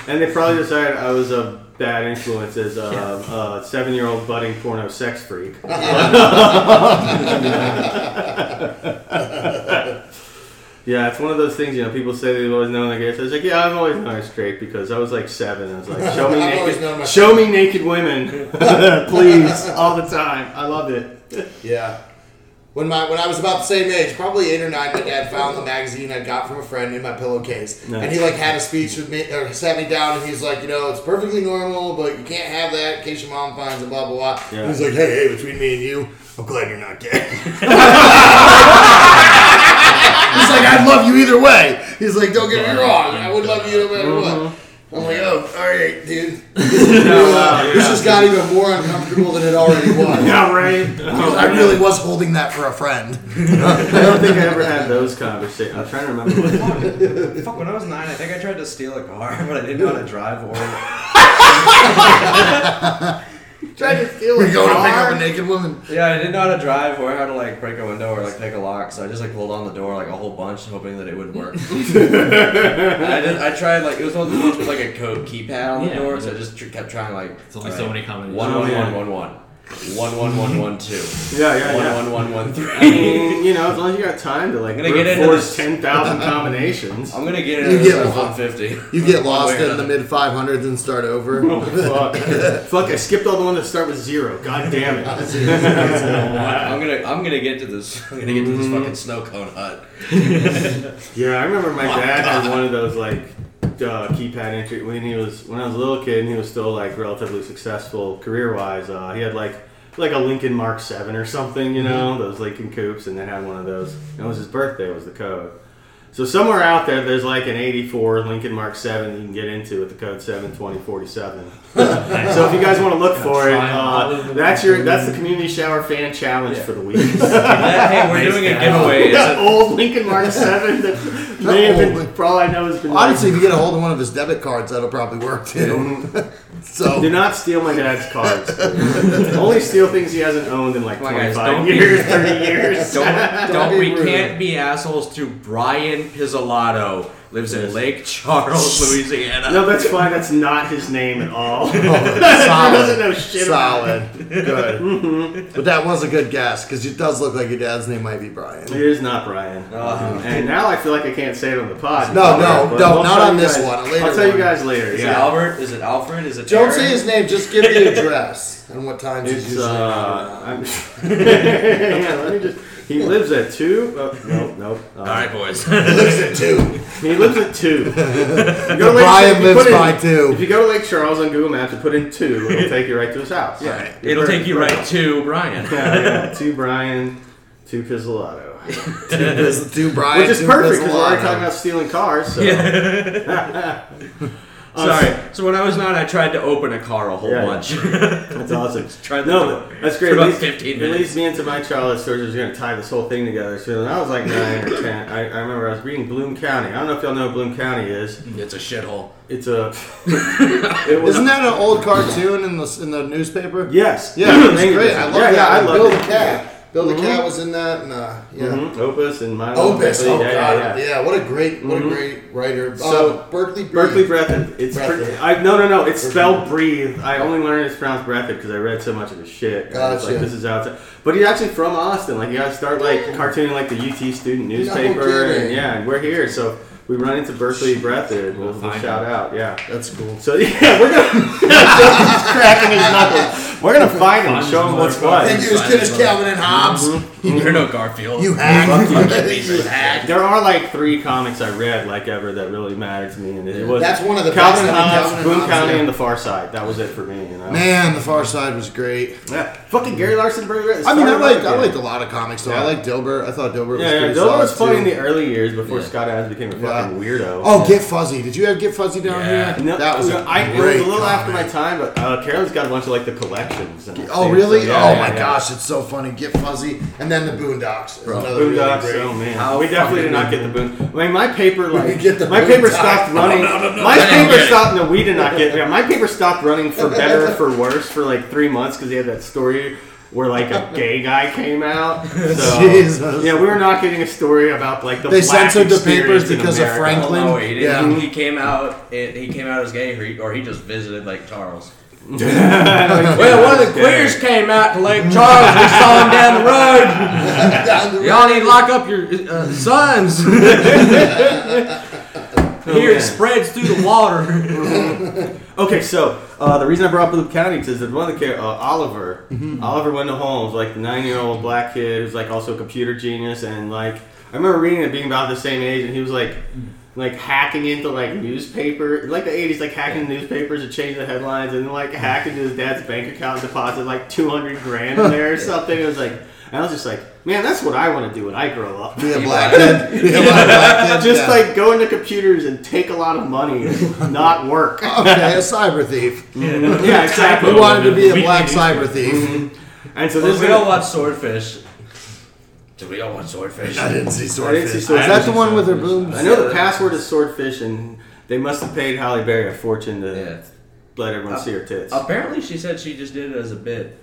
and they probably decided I was a bad influence as a, a seven-year-old budding porno sex freak. yeah, it's one of those things. You know, people say they've always known they're gay. So I was like, yeah, I've always known I was straight because I was like seven. I was like, show me I've always known naked, my- show me naked women, please, all the time. I loved it. Yeah. When my when I was about the same age, probably eight or nine, my dad found the magazine I got from a friend in my pillowcase, Nice. and he like had a speech with me or sat me down, and he's like, you know, it's perfectly normal, but you can't have that in case your mom finds it, blah blah blah. Yeah. He's like, hey, hey, between me and you, I'm glad you're not gay. he's like, I'd love you either way. He's like, don't get me wrong, I would love you no matter what. Mm-hmm. I'm like, oh, all right, dude. Oh, This just got even more uncomfortable than it already was. Yeah, right. I really was holding that for a friend. I don't think I ever had those conversations. I'm trying to remember. What Fuck, when I was nine, I think I tried to steal a car, but I didn't know how to drive or. Trying to steal We go to pick up a naked woman. Yeah, I didn't know how to drive or how to like break a window or like pick a lock, so I just like pulled on the door like a whole bunch, hoping that it would work. And I did. I tried like it was one of those ones with like a code keypad on the Yeah. door, so I just tr- kept trying like. It's only so many combinations. One Oh, one yeah. one one one. One one one one two. Yeah, yeah, One yeah. one one one I three. mean, you know, as long as you got time to like I'm gonna get into force this. ten thousand combinations. I'm gonna get You into this get at one. 150. You get One lost way or in the another. mid 500s and start over. Oh, fuck. fuck! I skipped all the ones that start with zero. God damn it! I'm gonna I'm gonna get to this. I'm gonna get to this Mm-hmm. fucking snow cone hut. Yeah, I remember my dad had one of those like uh, keypad entry when he was when I was a little kid and he was still like relatively successful career wise. Uh, he had like like a Lincoln Mark Seven or something, you know, those Lincoln coupes, and they had one of those. And it was his birthday. Was the code. So somewhere out there, there's like an '84 Lincoln Mark Seven you can get into with the code seven twenty forty seven. so if you guys want to look for it, try 'em all over uh, the that's your that's the community shower fan challenge for the week. hey, we're doing a guy. giveaway. It's a- that old Lincoln Mark Seven that may have been, for all I know, has been. Honestly, if you get a hold of one of his debit cards, that'll probably work too. do so, not steal my dad's cards. Only steal things he hasn't owned in like on, guys, 25 don't be- years, 30 years. Don't, don't be we rude. can't be assholes to Brian Pizzolatto. Lives in Lake Charles, Louisiana. No, that's fine. That's not his name at all. Oh, doesn't know solid. shit Mm-hmm. Solid. Good. But that was a good guess because it does look like your dad's name might be Brian. It is not Brian. Uh, and now I feel like I can't say it on the pod. No, no, But no, I'll not tell on you this guys- one, a later I'll tell one. you guys later. Is it Yeah. Albert? Is it Alfred? Is it Don't Darren? say his name, just give the address and what times he's It's, usually uh, I'm, yeah, let me just. He lives at two. Oh, no, no. Uh, All right, boys. lives at two. He lives at two. You go to Lake- Brian if you put lives in- by two. If you go to Lake Charles on Google Maps and put in two, it'll take you right to his house. All right. It'll take you right to Brian. Yeah, yeah. Two Brian, two Pizzolato. There's two Brian. Which is two perfect because we're already Pizzolato. talking about stealing cars. So. Sorry. So when I was nine, I tried to open a car a whole Yeah, yeah. bunch. That's awesome. Try the no, door. that's great. For It about leads, 15 it minutes. leads me into my childhood story, which is going to tie this whole thing together. So when I was like nine or ten, I, I remember I was reading Bloom County. I don't know if y'all know what Bloom County is. Hmm. it's a shithole. It's a. it was Isn't that an old cartoon in the in the newspaper? Yes. Yeah, it was Thank you. great. I love yeah, that. Yeah, I love it. one. Bill Mm-hmm. the Cat. Bill the Cat was in that. and uh yeah. Mhm. Opus and my Little Opus. Birdie. Oh yeah, god. yeah, Yeah, yeah. Mm-hmm. What a great, what a great writer. So, uh, Berkeley. Breed. Berkeley Breathed. It's Breathed. pretty, I no no no. It's spelled breathe. I only learned it's pronounced breathed because I read so much of his shit. I was like Gotcha. this is outside. But he's actually from Austin. Like you gotta start like cartooning like the UT student newspaper. and kidding. yeah, and we're here. So we run into Berkeley Breathed. We'll, we'll find shout out. Yeah. That's cool. So yeah, we're gonna. Joe keeps cracking his knuckles. We're gonna find him. Find Show him what's motherfucker. what. Think you're as good as Calvin and Hobbes? Mm-hmm. You're no Garfield. You hack. you hack. There are like three comics I read like ever that really mattered to me, and it was That's one of the Calvin best, and Hobbes, I mean, Calvin and Boone Hobbes, County, yeah. and The Far Side. That was it for me. You know, Man, The Far Side was great. Yeah. fucking Gary Larson. Brother, I mean, I liked I liked a lot of comics though. I liked Dilbert. I thought Dilbert was Yeah, yeah pretty Dylan solid was funny in too. the early years before Yeah. Scott Adams became a Yeah. fucking weirdo. Oh, Get Fuzzy. Did you have Get Fuzzy down Yeah. here? No, that was no, a I- it was great a little after my comic. time, but uh, Carol's got a bunch of like the collections. and Oh things, really? so, yeah, oh yeah, my yeah. gosh, it's so funny. Get Fuzzy, and then the Boondocks. is another really Boondocks, great- oh man, How we definitely did not get the boon. I mean, my paper like get the my paper Boondocks. stopped running. My paper stopped. No, we did not get. Yeah, my paper stopped running for better for worse for like three months because they had that story where like a gay guy came out. So, Jesus. Yeah, we were not getting a story about like the They black censored the experience papers in because of America. Frank- Well, Oh, no, he didn't. Yeah. He came out. It, he came out as gay, or he, or he just visited Lake Charles. well, one of the queers came out to Lake Charles. We saw him down the road. Down the Y'all need to lock up your uh, sons. Oh, Here it spreads through the water. Okay, so uh, the reason I brought up Loop County is that one of the char- uh, Oliver, Mm-hmm. Oliver Wendell Holmes, like the nine-year-old black kid who's like also a computer genius, and like I remember reading it being about the same age, and he was like, Mm. like hacking into like newspaper, like the '80s, like hacking newspapers to change the headlines, and like hack into his dad's bank account and deposit like 200 grand in there or something. It was like, I was just like, man, that's what I want to do when I grow up. Be a black kid. Be a lot of black kids, Just yeah. like go into computers and take a lot of money and not work. okay, a cyber thief. yeah, exactly. We wanted to be a black cyber thief. And so Well, this we is don't watch swordfish. Do we don't watch swordfish? I didn't see swordfish. see Is swordfish. that the one with her boobs? I know the password is swordfish, and they must have paid Halle Berry a fortune to Yeah. let everyone see her tits. Apparently, she said she just did it as a bit.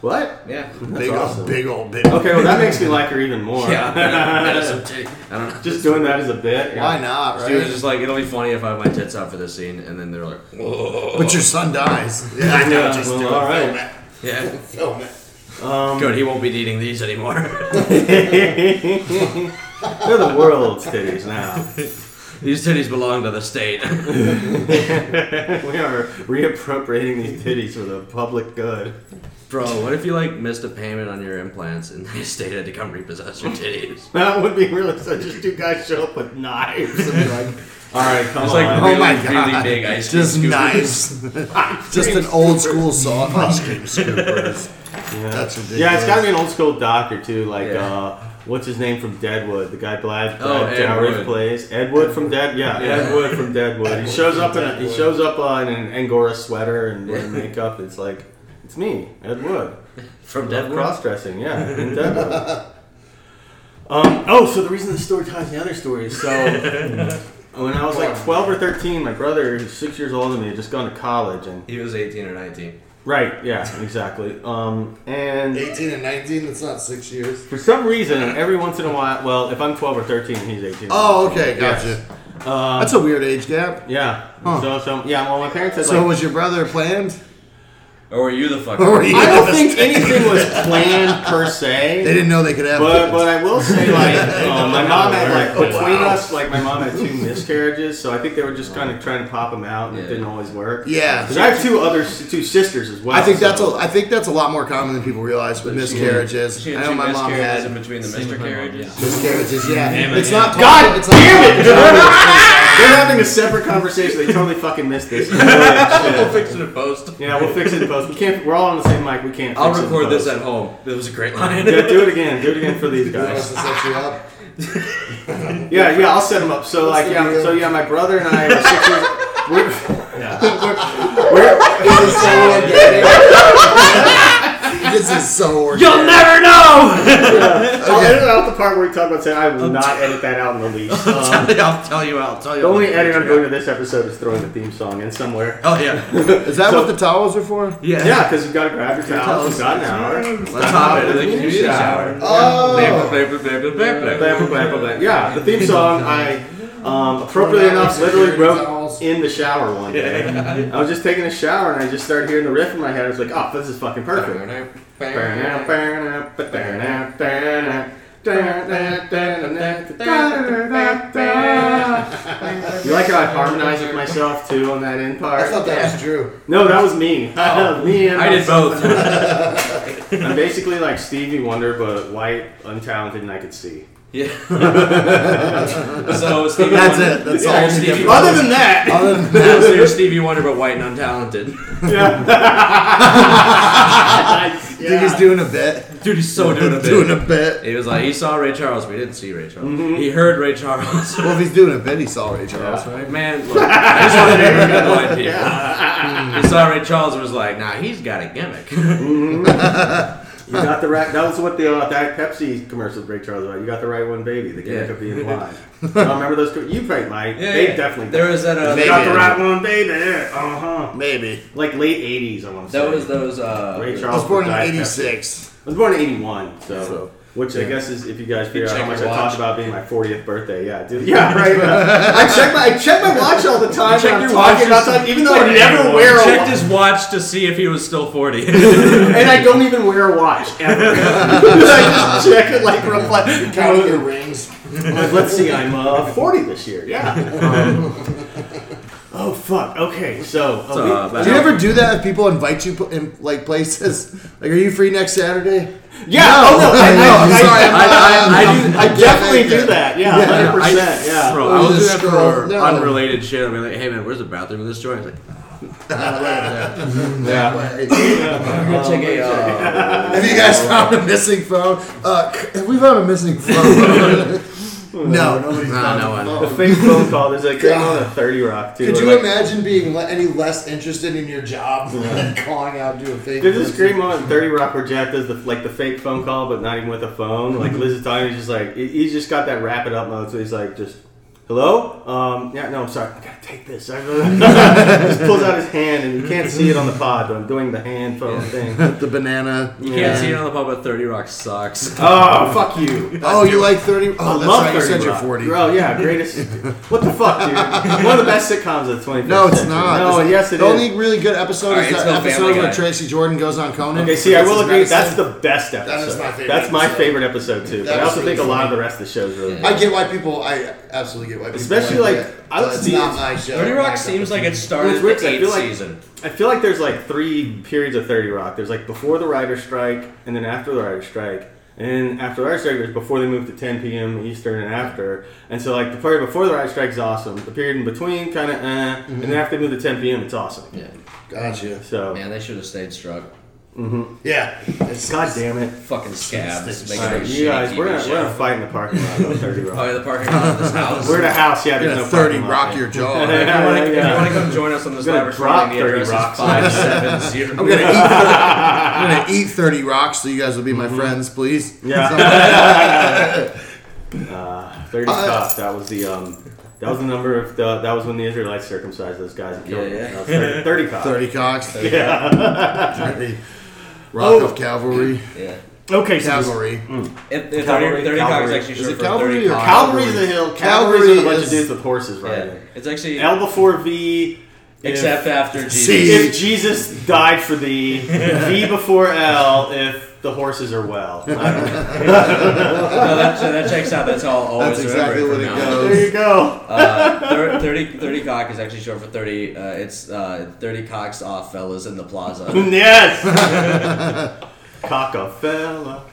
what? Yeah. That's Big awesome. old, big old bit. Okay, well that makes me like her even more. Yeah. that is some titty. I don't know. Just doing that as a bit. yeah. Why not, She was right? just like, it'll be funny if I have my tits out for this scene, and then they're like, But your son dies. Yeah, I know. Yeah, Just well, do it. all right. Film it. yeah, Film it. good, he won't be eating these anymore. They're the world's titties now. these titties belong to the state. we are reappropriating these titties for the public good. Bro, what if you like missed a payment on your implants and the state had to come repossess your titties? That would be really so. Just two guys show up with knives. And like, all right, come It's on. like, Oh my Really, god. really big ice cream Just scoopers. knives. Just an old school saw ice cream scoopers. That's ridiculous. Yeah, it's got to be an old school doctor too. Like, Yeah. uh, what's his name from Deadwood? The guy Brad, Brad Oh, Ed Jowers Wood. plays Ed Wood from Dead. Yeah, Ed Wood from Deadwood. He shows up in a, he shows up uh, in an Angora sweater and wearing makeup. It's like it's me, Ed Wood. From Deadwood? Cross dressing, yeah, in Deadwood. um, oh, so the reason the story ties the other story is so. When I was like 12 or 13, my brother, who's six years older than me, had just gone to college, and He was 18 or 19. right, yeah, exactly. Um, and 18 and 19, that's not six years. For some reason, every once in a while, well, if I'm 12 or 13, he's 18. Oh, okay, Yes. gotcha. that's a weird age gap. Yeah. Huh. So, so, yeah, well, my parents had, So like, was your brother planned? Or were you the fucker? Or were you I don't the think mistake? anything was planned per se. They didn't know they could have But, kids. but I will say, like, um, my mom had, like, Oh, between wow. us, like, my mom had two miscarriages, so I think they were just kind of trying to pop them out, and it Yeah. didn't always work. Yeah. Because I have two other, s- two sisters as well. I think so- that's a I think that's a lot more common than people realize with miscarriages. She had I two know my mom miscarriages had in between the miscarriages. miscarriages. Yeah, Damn it, it's yeah. not. God it's damn it! not- They're having a separate conversation. They totally fucking missed this. We'll fix it in post. Yeah, we'll fix it in post. We can't. We're all on the same mic. We can't. I'll fix it in record this post. at home. That was a great line. Yeah, do it again. Do it again for these Who wants guys. to set you up? Yeah, yeah. I'll set them up. So like, the yeah. deal? So yeah, my brother and I. Were six years, we're, This is so organic. This is so organic. You'll never know! I'll edit out the part where we talk about saying I will not edit that out in the least. Um, I'll tell you, I'll tell you. the only edit I'm doing to this episode is throwing the theme song in somewhere. Oh, yeah. Is that So- what the towels are for? Yeah. Yeah, because you've got to grab your towel. You've got an hour. Let's hop into the community shower. Oh, Blah, blah, blah, blah, blah. Yeah, the theme song I. Um, appropriately enough, literally wrote in the shower one day. I was just taking a shower and I just started hearing the riff in my head. I was like, "Oh, this is fucking perfect." You You like how I harmonized with myself too on that end part? I thought that was Drew. No, that was me. me and I did both. I'm basically like Stevie Wonder, but white, untalented, and I could see. Yeah. so Stevie That's Wonder, it. That's Yeah, all. Stevie Stevie Wonder. Other than that, Other than that, So you're Stevie Wonder, but white and untalented. yeah. dude, he's doing a bit. Dude, he's so Oh, doing a bit. Doing a bit. He was like, he saw Ray Charles. We didn't see Ray Charles. He heard Ray Charles. Well, if he's doing a bit, he's already Charles. Like, Man, look, I just wanted to hear good white people. He saw Ray Charles and was like, nah, he's got a gimmick. you got the right. That was what the uh, that Pepsi commercial break Charles about. You got the right one, baby. The gimmick Yeah. of being blind. Y'all remember those? co- You probably might. they definitely. There was that. Uh, you They got did. the right one, baby. Uh huh. Maybe. Like late '80s, I want to say. that was those. Uh, Ray I was Charles born in Diet Pepsi. '86. I was born in '81, so. So, Which I guess is if you guys figure out check how much I your watch. talked about being my 40th birthday, yeah, dude, yeah, right. uh, I check my I check my watch all the time. Check when I'm your watch talking about just- something, even though I never wear a checked watch, his watch to see if he was still 40. and I don't even wear a watch ever. I just check it like reflect. Counting your rings. Like, let's see, I'm uh, 40 this year. Yeah. Um, oh fuck. Okay, so uh, So, we- uh, but- Do you ever do that if people invite you pl- in like places? Like, are you free next Saturday? yeah. oh no, I, know. I'm sorry. I, I, I, I definitely do that. Yeah, 100. Yeah. percent I, Yeah. Bro, Or I will do this that girl. for No. unrelated shit. I'll be like, hey man, where's the bathroom in this joint? He's like, yeah. check a, uh, Have you guys found a missing phone? Uh, c- have we found a missing phone? no, nobody's No, found no a one. phone. The fake phone call. There's like thing on the 30 Rock too. Could where, you like, imagine being le- any less interested in your job than calling out to a fake? There's this person? great moment in 30 Rock where Jack does the like the fake phone call, but not even with a phone. Like Mm-hmm. Liz is talking, he's just like he- he's just got that wrap it up mode. So he's like just hello, um, yeah, no, I'm sorry, I gotta take this. just pulls out his hand, and you can't see it on the pod, but I'm doing the hand phone thing. The banana. you Yeah. can't see it on the pub, but 30 Rock sucks. Oh fuck you. Oh, you like thirty? Oh, that's Love right. You 30 said you're Rock. forty. Bro, yeah, greatest. what the fuck, dude? One of the best sitcoms of the 21st No, it's century. not. No, It's- yes, it is. the only really good episode Alright, is it's the no episode Family where Guy. Tracy Jordan goes on Conan. Okay, see, I That's will his agree. That's medicine. the best episode. is my favorite That's my episode. favorite episode too. That but I was also really think a lot of funny. the rest of the shows really. I get why people. I absolutely get why people. Especially, like, that, I but would it's see not it- my show. 30 My Rock seems show. like it started It's weird the 'cause I eighth feel like- season. I feel like there's like three periods of 30 Rock. There's like before the writer's strike, and then after the writer's strike. And after the writer's strike, there's before they moved to 10 p.m. Eastern and after. And so, like, the period before the writer's strike is awesome. The period in between, kind of, eh. Mm-hmm. And then after they move to 10 p.m., it's awesome. Yeah. Gotcha. So, Man, they should have stayed struck. Yeah. It's, god damn it. Fucking scabs. It's- Make All it a right, you guys, shitty we're TV gonna, we're show. gonna fight in the parking lot about 30 Oh, Rock. yeah, the parking lot of this house. We're in a house, yeah, you're there's no gonna thirty parking lot, rock yeah. your jaw. If you, want to, if you Yeah. want to come join us on this Gonna live drop recording, the 30 address is rocks. 570. I'm gonna eat. 30, I'm gonna eat thirty rocks, so you guys will be Mm-hmm. my friends, please. Yeah. uh, Thirty stop. That was the um. That was the number of the. That was when the Israelites circumcised those guys and killed Yeah, them. yeah. That was Thirty, 30 cop. Thirty cocks. Yeah. Thirty. Rock Oh. of cavalry. Yeah. okay. So Cavalry. If, if Cavalry, 30, Calvary. 30 cock is actually Is it short for Calvary 30 or cock. Calvary's the hill. Calvary's Calvary a bunch is- of dudes with horses Yeah. riding. It's actually L before V. if- except after Jesus. See. If Jesus died for thee, V before L. If the horses are well. I don't know. No, that, so that checks out. That's all. Always That's exactly what remember it from now on. There you goes. go. Uh, thir- 30, 30 cock is actually short for 30. Uh, it's uh, 30 cocks off, fellas, in the plaza. Yes. Cock a fella.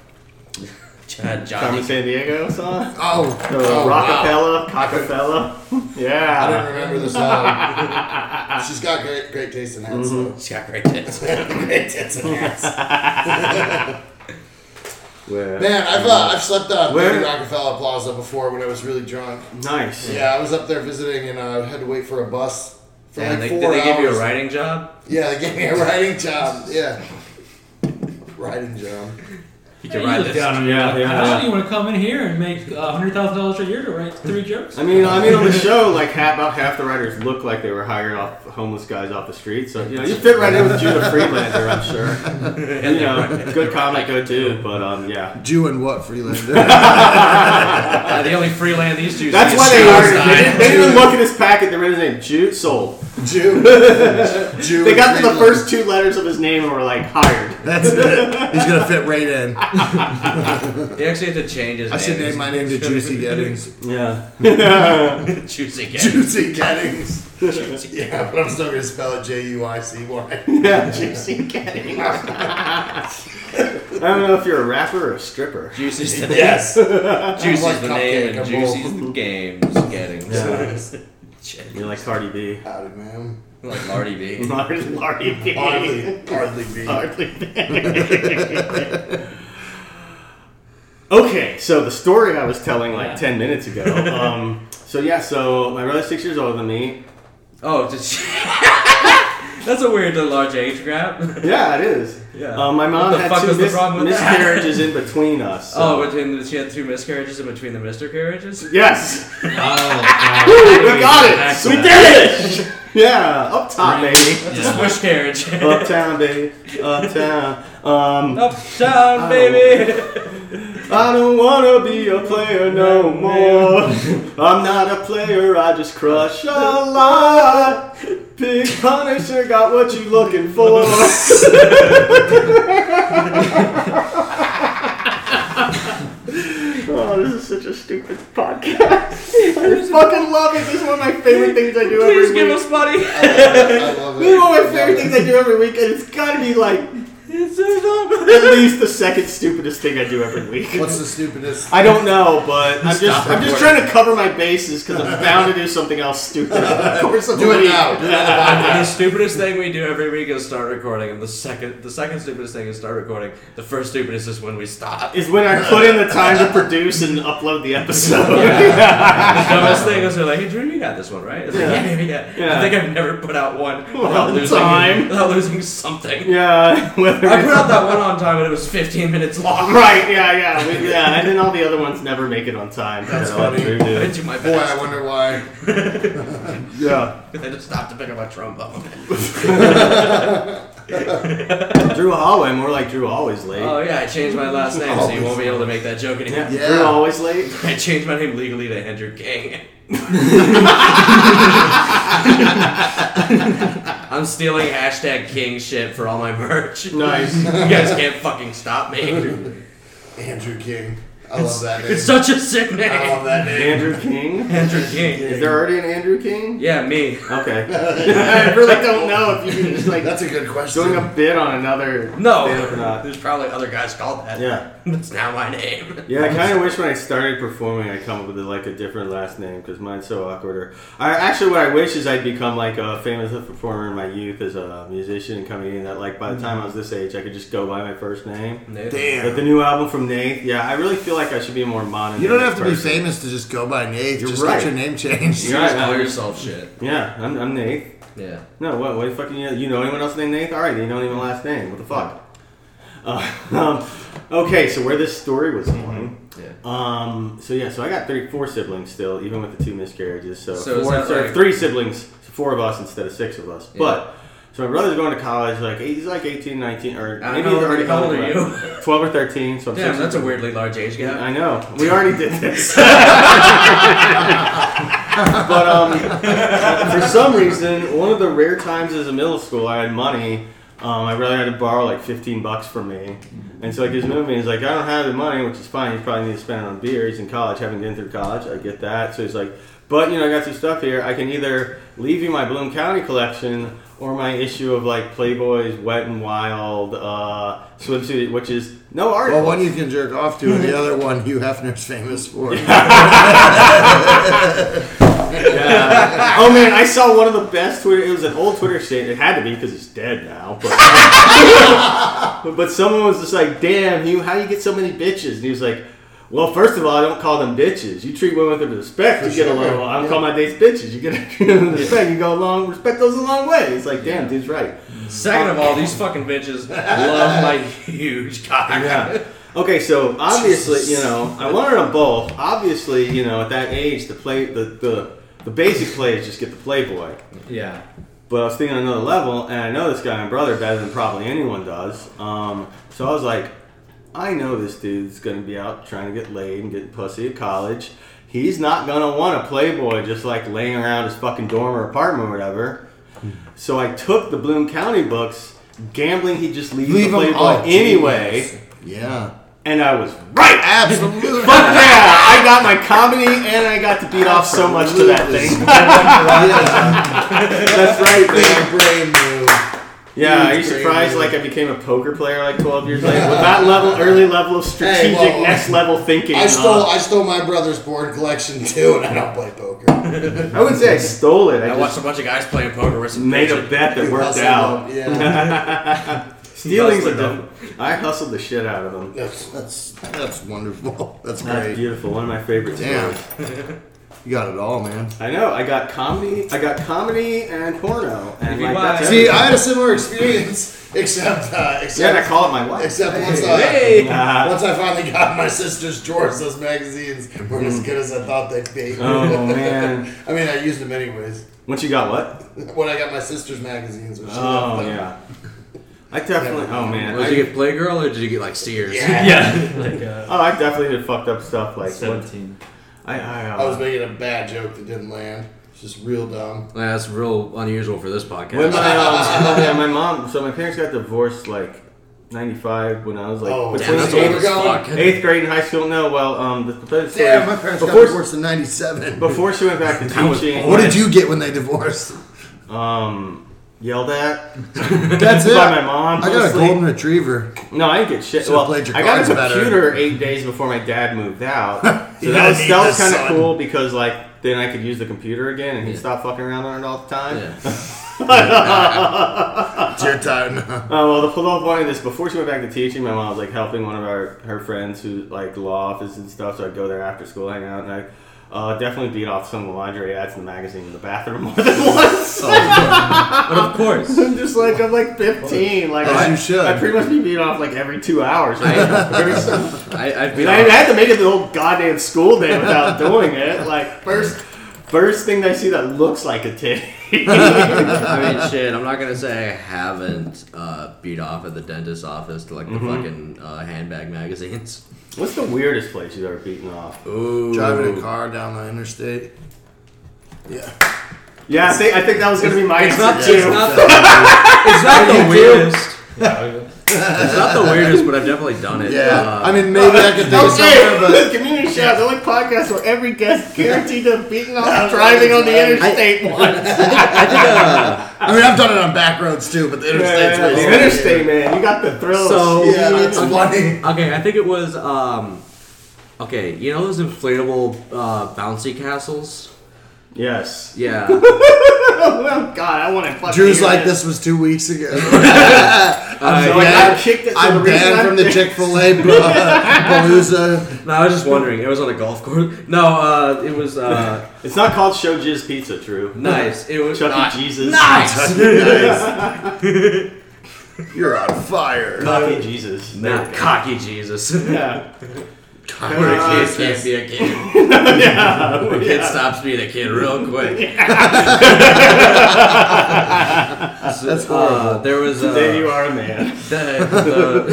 John, Carmen Johnny. San Diego song. Oh, The oh, Rockapella, Cockapella. I don't Yeah. remember the song. She's got great, great taste in that. She's got great tits. Mm-hmm. great tits and ass. Where? Man, I've uh, I've slept on Where? 30 Rockefeller Plaza before when I was really drunk. Nice. Yeah, I was up there visiting and I uh, had to wait for a bus for And like they, four did they hours. give you a writing job? Yeah, they gave me a writing job. Yeah, writing job. You Hey, can ride look this. down on Yeah, me. yeah, How yeah. do you want to come in here and make uh, hundred thousand dollars a year to write three jokes? I mean, I mean, on the show, like half, about half the writers look like they were hired off homeless guys off the street. So you know, you fit right in with Judah Friedlander, I'm sure. You know, good comic go to, but um, yeah. Jew and what Freelander? Uh, the only free land these two That's see why is they hired. Palestine. They didn't look me this packet that read his name, Jude Sold. Jew. Jew. They got to the Greenland. first two letters of his name and were like hired. That's it. He's gonna fit right in. I He actually had to change his name. should name my name to Juicy Gettings. Yeah. Juicy Gang. Juicy Gettings. Yeah, but I'm still gonna spell it J U I C Y. Yeah, Juicy Getting. I don't know if you're a rapper or a stripper. Juicy's the Yes. Juicy's like the name cupcake, and I'm bold. Juicy's the game. Getting You're like Cardi B. Howdy, ma'am. like Lardy B. Lardy Lardy B. Hardly, hardly be. Hardly okay, so the story I was telling like 10 minutes ago. Um, so, yeah, so my brother's six years older than me. Oh, did she? That's a weird little large age grab. Yeah, it is. Yeah. Um, my mom What the had fuck two was the mis- problem with that? miscarriages in between us. so- Oh, between the, she had two miscarriages and between the miscarriages. Yes! Oh, Woo, we Wait, got back it! to We that. did it! Yeah, up top, Right. baby. That's a swish carriage. Uptown, baby. Uptown. Um, Oh. Uptown, baby. I don't wanna be a player no more. I'm not a player, I just crush a lot. Big Punisher got what you looking for. Oh, this is such a stupid podcast. I fucking love it. This is one of my favorite things I do every Please week. give us money. I love it. This is one of my favorite things I do every week, and it's gotta be like at It's so dumb. least the second stupidest thing I do every week. What's the stupidest? I don't know, but I'm just Stop I'm just recording. trying to cover my bases because I'm bound to do something else stupid. Of course, I'm Do gonna it now. Do it now. the stupidest thing we do every week is start recording, and the second the second stupidest thing is start recording. The first stupidest is when we stop. Is when I put in the time to produce and upload the episode. The dumbest thing is they're like, "Hey, Drew, you got this one, right?" It's like, "Yeah, yeah, yeah." Yeah. I think I've never put out one without One losing time. without losing something. yeah, whether I it's- put out that one on time, and it was 15 minutes long. right. Yeah, yeah, we, yeah, and then all the other ones never make it on time. That's So, funny. we I do. did my Boy, I best. wonder why. Yeah, I just stopped to pick up my trombone. Drew Holloway, more like Drew always late. Oh yeah, I changed my last name, so you won't be able to make that joke anymore. yeah. Uh, Yeah. Drew always late. I changed my name legally to Andrew Gang. I'm stealing hashtag King shit for all my merch. You Nice. guys can't fucking stop me. Andrew King. I love that name. It's such a I sick love name. that name. Andrew King. Andrew King. Is there already an Andrew King? Yeah, me. Okay. I really don't know if you can just like That's a good question. doing a bit on another. No. bit or not. There's probably other guys called that. Yeah. That's now my name. Yeah, I kind of wish when I started performing, I come up with like a different last name because mine's so awkward. Or I actually, what I wish is I'd become like a famous performer in my youth as a musician and comedian. That like by the time I was this age, I could just go by my first name. Nate. Damn. But the new album from Nate, yeah, I really feel like I should be a more modern. You don't have to be person. famous to just go by Nate. You're just right. get your name changed. You're Just call right. yourself shit. Yeah, I'm, I'm Nate. Yeah. No, what? What the fucking you? You know anyone else named Nate? All right, you don't even last name. What the fuck? Uh, um, okay, so where this story was going. Mm-hmm. Yeah. Um, so yeah, so I got three, four siblings still, even with the two miscarriages. So, So is four, that sorry, like- three siblings, so four of us instead of six of us. Yeah. But so my brother's going to college. Like he's like 18, 19, or I maybe know, he's already how old college, are like, Twelve or thirteen. So I'm Damn, six that's a weirdly large age yeah, gap. I know. We already did this. but um, for some reason, one of the rare times as a middle school I had money, um, my brother had to borrow like 15 bucks from me. And so like he was moving, he's like, I don't have the money, which is fine. You probably need to spend it on beer. He's in college, haven't been through college. I get that. So he's like, but you know, I got some stuff here. I can either leave you my Bloom County collection or my issue of like Playboy's Wet and Wild uh, swimsuit, which is no art. Well, one you can jerk off to, and the other one Hugh Hefner's famous for. Uh, Yeah. oh man, I saw one of the best Twitter. It was an old Twitter shit. It had to be because he's dead now. But, but someone was just like, "Damn, you! How you get so many bitches?" And he was like, "Well, first of all, I don't call them bitches. You treat women with respect. For you get sure. along. I don't Yeah. call my dates bitches. You get with respect. You go along. Respect goes a long way." It's like, "Damn, dude's right." Second of all, these fucking bitches love my huge cock. Yeah. Okay, so obviously, you know, I wanted them both. Obviously, you know, at that age, the play, the the, the basic play is just get the Playboy. Yeah. But I was thinking on another level, and I know this guy, my brother, better than probably anyone does. Um, so I was like, I know this dude's gonna be out trying to get laid and get pussy at college. he's not gonna want a Playboy just like laying around his fucking dorm or apartment or whatever. So I took the Bloom County books, gambling he'd just leave, Leave the 'em Playboy all. anyway, Yeah. and I was right. Absolutely. Fuck yeah! I got my comedy and I got to beat off so much to that thing. That's right, man. Big brain move. Yeah, are you Huge surprised? brain Like I became a poker player like 12 years later with that level, early level of strategic well, next level thinking. I stole huh? I stole my brother's board collection too, and I don't play poker. I wouldn't say I stole it. I, I just watched a bunch of guys playing poker with some made a bitches. bet that worked Hustle out. up, Yeah, Stealing's a Hustled up. different. I hustled the shit out of them. that's that's that's wonderful. That's That's great. beautiful. One of my favorites. Damn, you got it all, man. I know. I got comedy. I got comedy and porno. And If you like, buy- that's See, everything. I had a similar experience, except uh, yeah, and I except call it my wife. except once I Nah. once I finally got my sister's drawers, those magazines weren't as good as I thought they'd be. Oh, man. I mean, I used them anyways. Once you got what? When I got my sister's magazines, which Oh yeah. I definitely. Oh man. Was I- did you get Playgirl or did you get like Sears? yeah. Yeah. like, uh, oh, I definitely did fucked up stuff like. What, 17. I, I, uh, I was making a bad joke that didn't land. It's just real dumb. Well, that's real unusual for this podcast. When my, um, yeah, my mom, so my parents got divorced like 95 when I was like Oh, Damn, between that's Where's old it as going? fuck. eighth grade and high school. No, well, um, the, the story, Yeah, my parents before, got divorced in '97. before she went back to teaching, What did you get when they divorced? um, yelled at That's it. by my mom? I got a mostly. golden retriever. No, I didn't get shit. Should've Well, I played your got cards a better. computer eight days before my dad moved out. So You that gotta was, need that was this, kind of son. cool because, like, then I could use the computer again and he stopped fucking around on it all the time. Yeah. It's your time. now. Oh well, the whole point of this before she went back to teaching, my mom was like helping one of our her friends who like law office and stuff. So I'd go there after school, hang out, and I uh, definitely beat off some of the lingerie ads in the magazine in the bathroom more than once. But of course. I'm just like I'm like 15, like As I, you should. I pretty much be beat off like every two hours. Like, every- I, I, I've been. mean, I had to make it the whole goddamn school day without doing it. Like first, first thing I see that looks like a titty. I mean, shit. I'm not gonna say I haven't uh, beat off at the dentist's office to like the fucking uh, handbag magazines. What's the weirdest place you've ever beaten off? Ooh. Driving a car down the interstate. Yeah. Yeah, I think, I think that was gonna be my answer not- too. it's not the, It's not the weirdest. it's not the weirdest, but I've definitely done it. Yeah. Uh, I mean, maybe I could think of Okay, something, but community shout. The only podcast where every guest guaranteed to have beaten off driving on the interstate once. I think uh, I mean, I've done it on back roads too. But the interstate's way the safer. interstate, man. You got the thrill. So- of Yeah, that's Yeah. funny. okay. I think it was um, okay. You know those inflatable uh, bouncy castles? yes. Yeah. Uh, Oh God, I want to fucking. Drew's hear like this was two weeks ago. So Uh, like, Yeah, I kicked it. So the I'm reason banned I'm from the there- Chick Fil A palooza. no, I was just wondering. It was on a golf course. No, uh, it was uh, It's not called Show Jizz Pizza, True. nice. It was Chuck not- E. Jesus. Nice. You're on fire. Chuck E. Jesus. There Not we go. cocky Jesus. Yeah. Where a kid Jesus. can't be a kid. yeah. Where a kid stops being a kid real quick. So, That's uh, there was uh, Today you are a man. the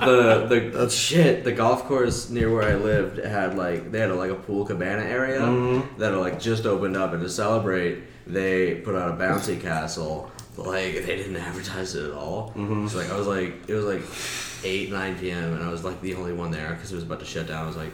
the, the, the shit the golf course near where I lived had like they had a, like a pool cabana area Mm-hmm. that like just opened up and to celebrate they put out a bouncy castle but like they didn't advertise it at all Mm-hmm. so like I was like it was like 8 9 p.m and I was like the only one there because it was about to shut down I was like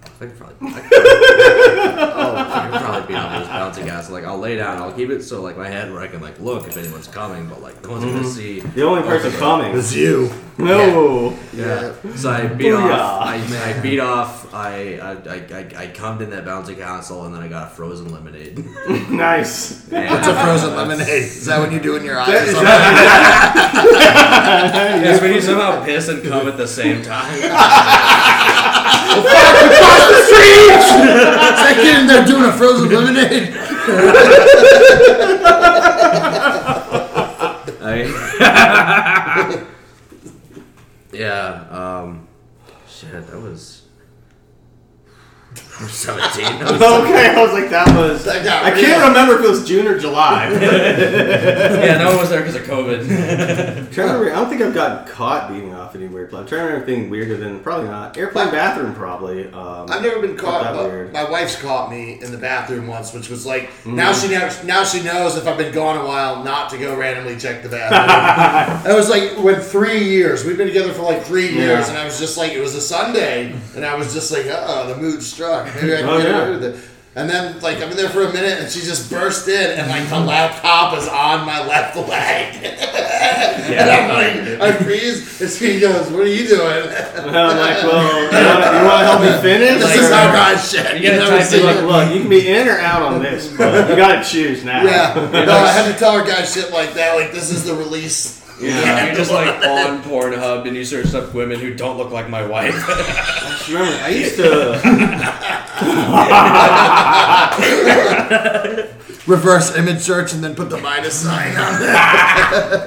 I could probably, I could probably, Oh, I could probably be on this bouncy castle. Like, I'll lay down. I'll keep it so like my head where I can like look if anyone's coming, but like no one's gonna see. Mm-hmm. The only person coming. It's you. No. Yeah. Oh, So I beat Booyah. off. I, I beat off. I I, I I I cummed in that bouncy castle, and then I got a frozen lemonade. Nice. It's a frozen lemonade. Is that what you do in your eyes? It's when you somehow piss and cum at the same time. Is that kid in there doing a frozen lemonade? I, yeah. Um. Shit. That was. I'm 17. I was Okay, I was like, that was. That got I real. can't remember if it was June or July. yeah, no one was there because of COVID. I'm trying to remember, I don't think I've gotten caught beating off any weird play. I'm trying to remember anything weirder than probably not airplane bathroom probably. Um, I've never been caught. Not that But weird. Mm. my wife's caught me in the bathroom once, which was like now she knows now she knows if I've been gone a while not to go randomly check the bathroom. that was like when three years we've been together for like three years, Yeah. and I was just like it was a Sunday, and I was just like uh oh the mood struck maybe I can Oh, get yeah. away with it. And then, like, I'm in there for a minute, and she just burst in, and like the laptop is on my left leg, and I'm like, I freeze, and she goes, "What are you doing?" And I'm like, well, you want to help me finish? This is how "Oh, God shit. You gotta never type seen it Like, it. look, you can be in or out on this, but you gotta choose now. Yeah. No, I had to tell her guys shit like that. Like, this is the release. You're just like on Pornhub and you search up women who don't look like my wife. Remember, I used to. Reverse image search and then put the minus sign on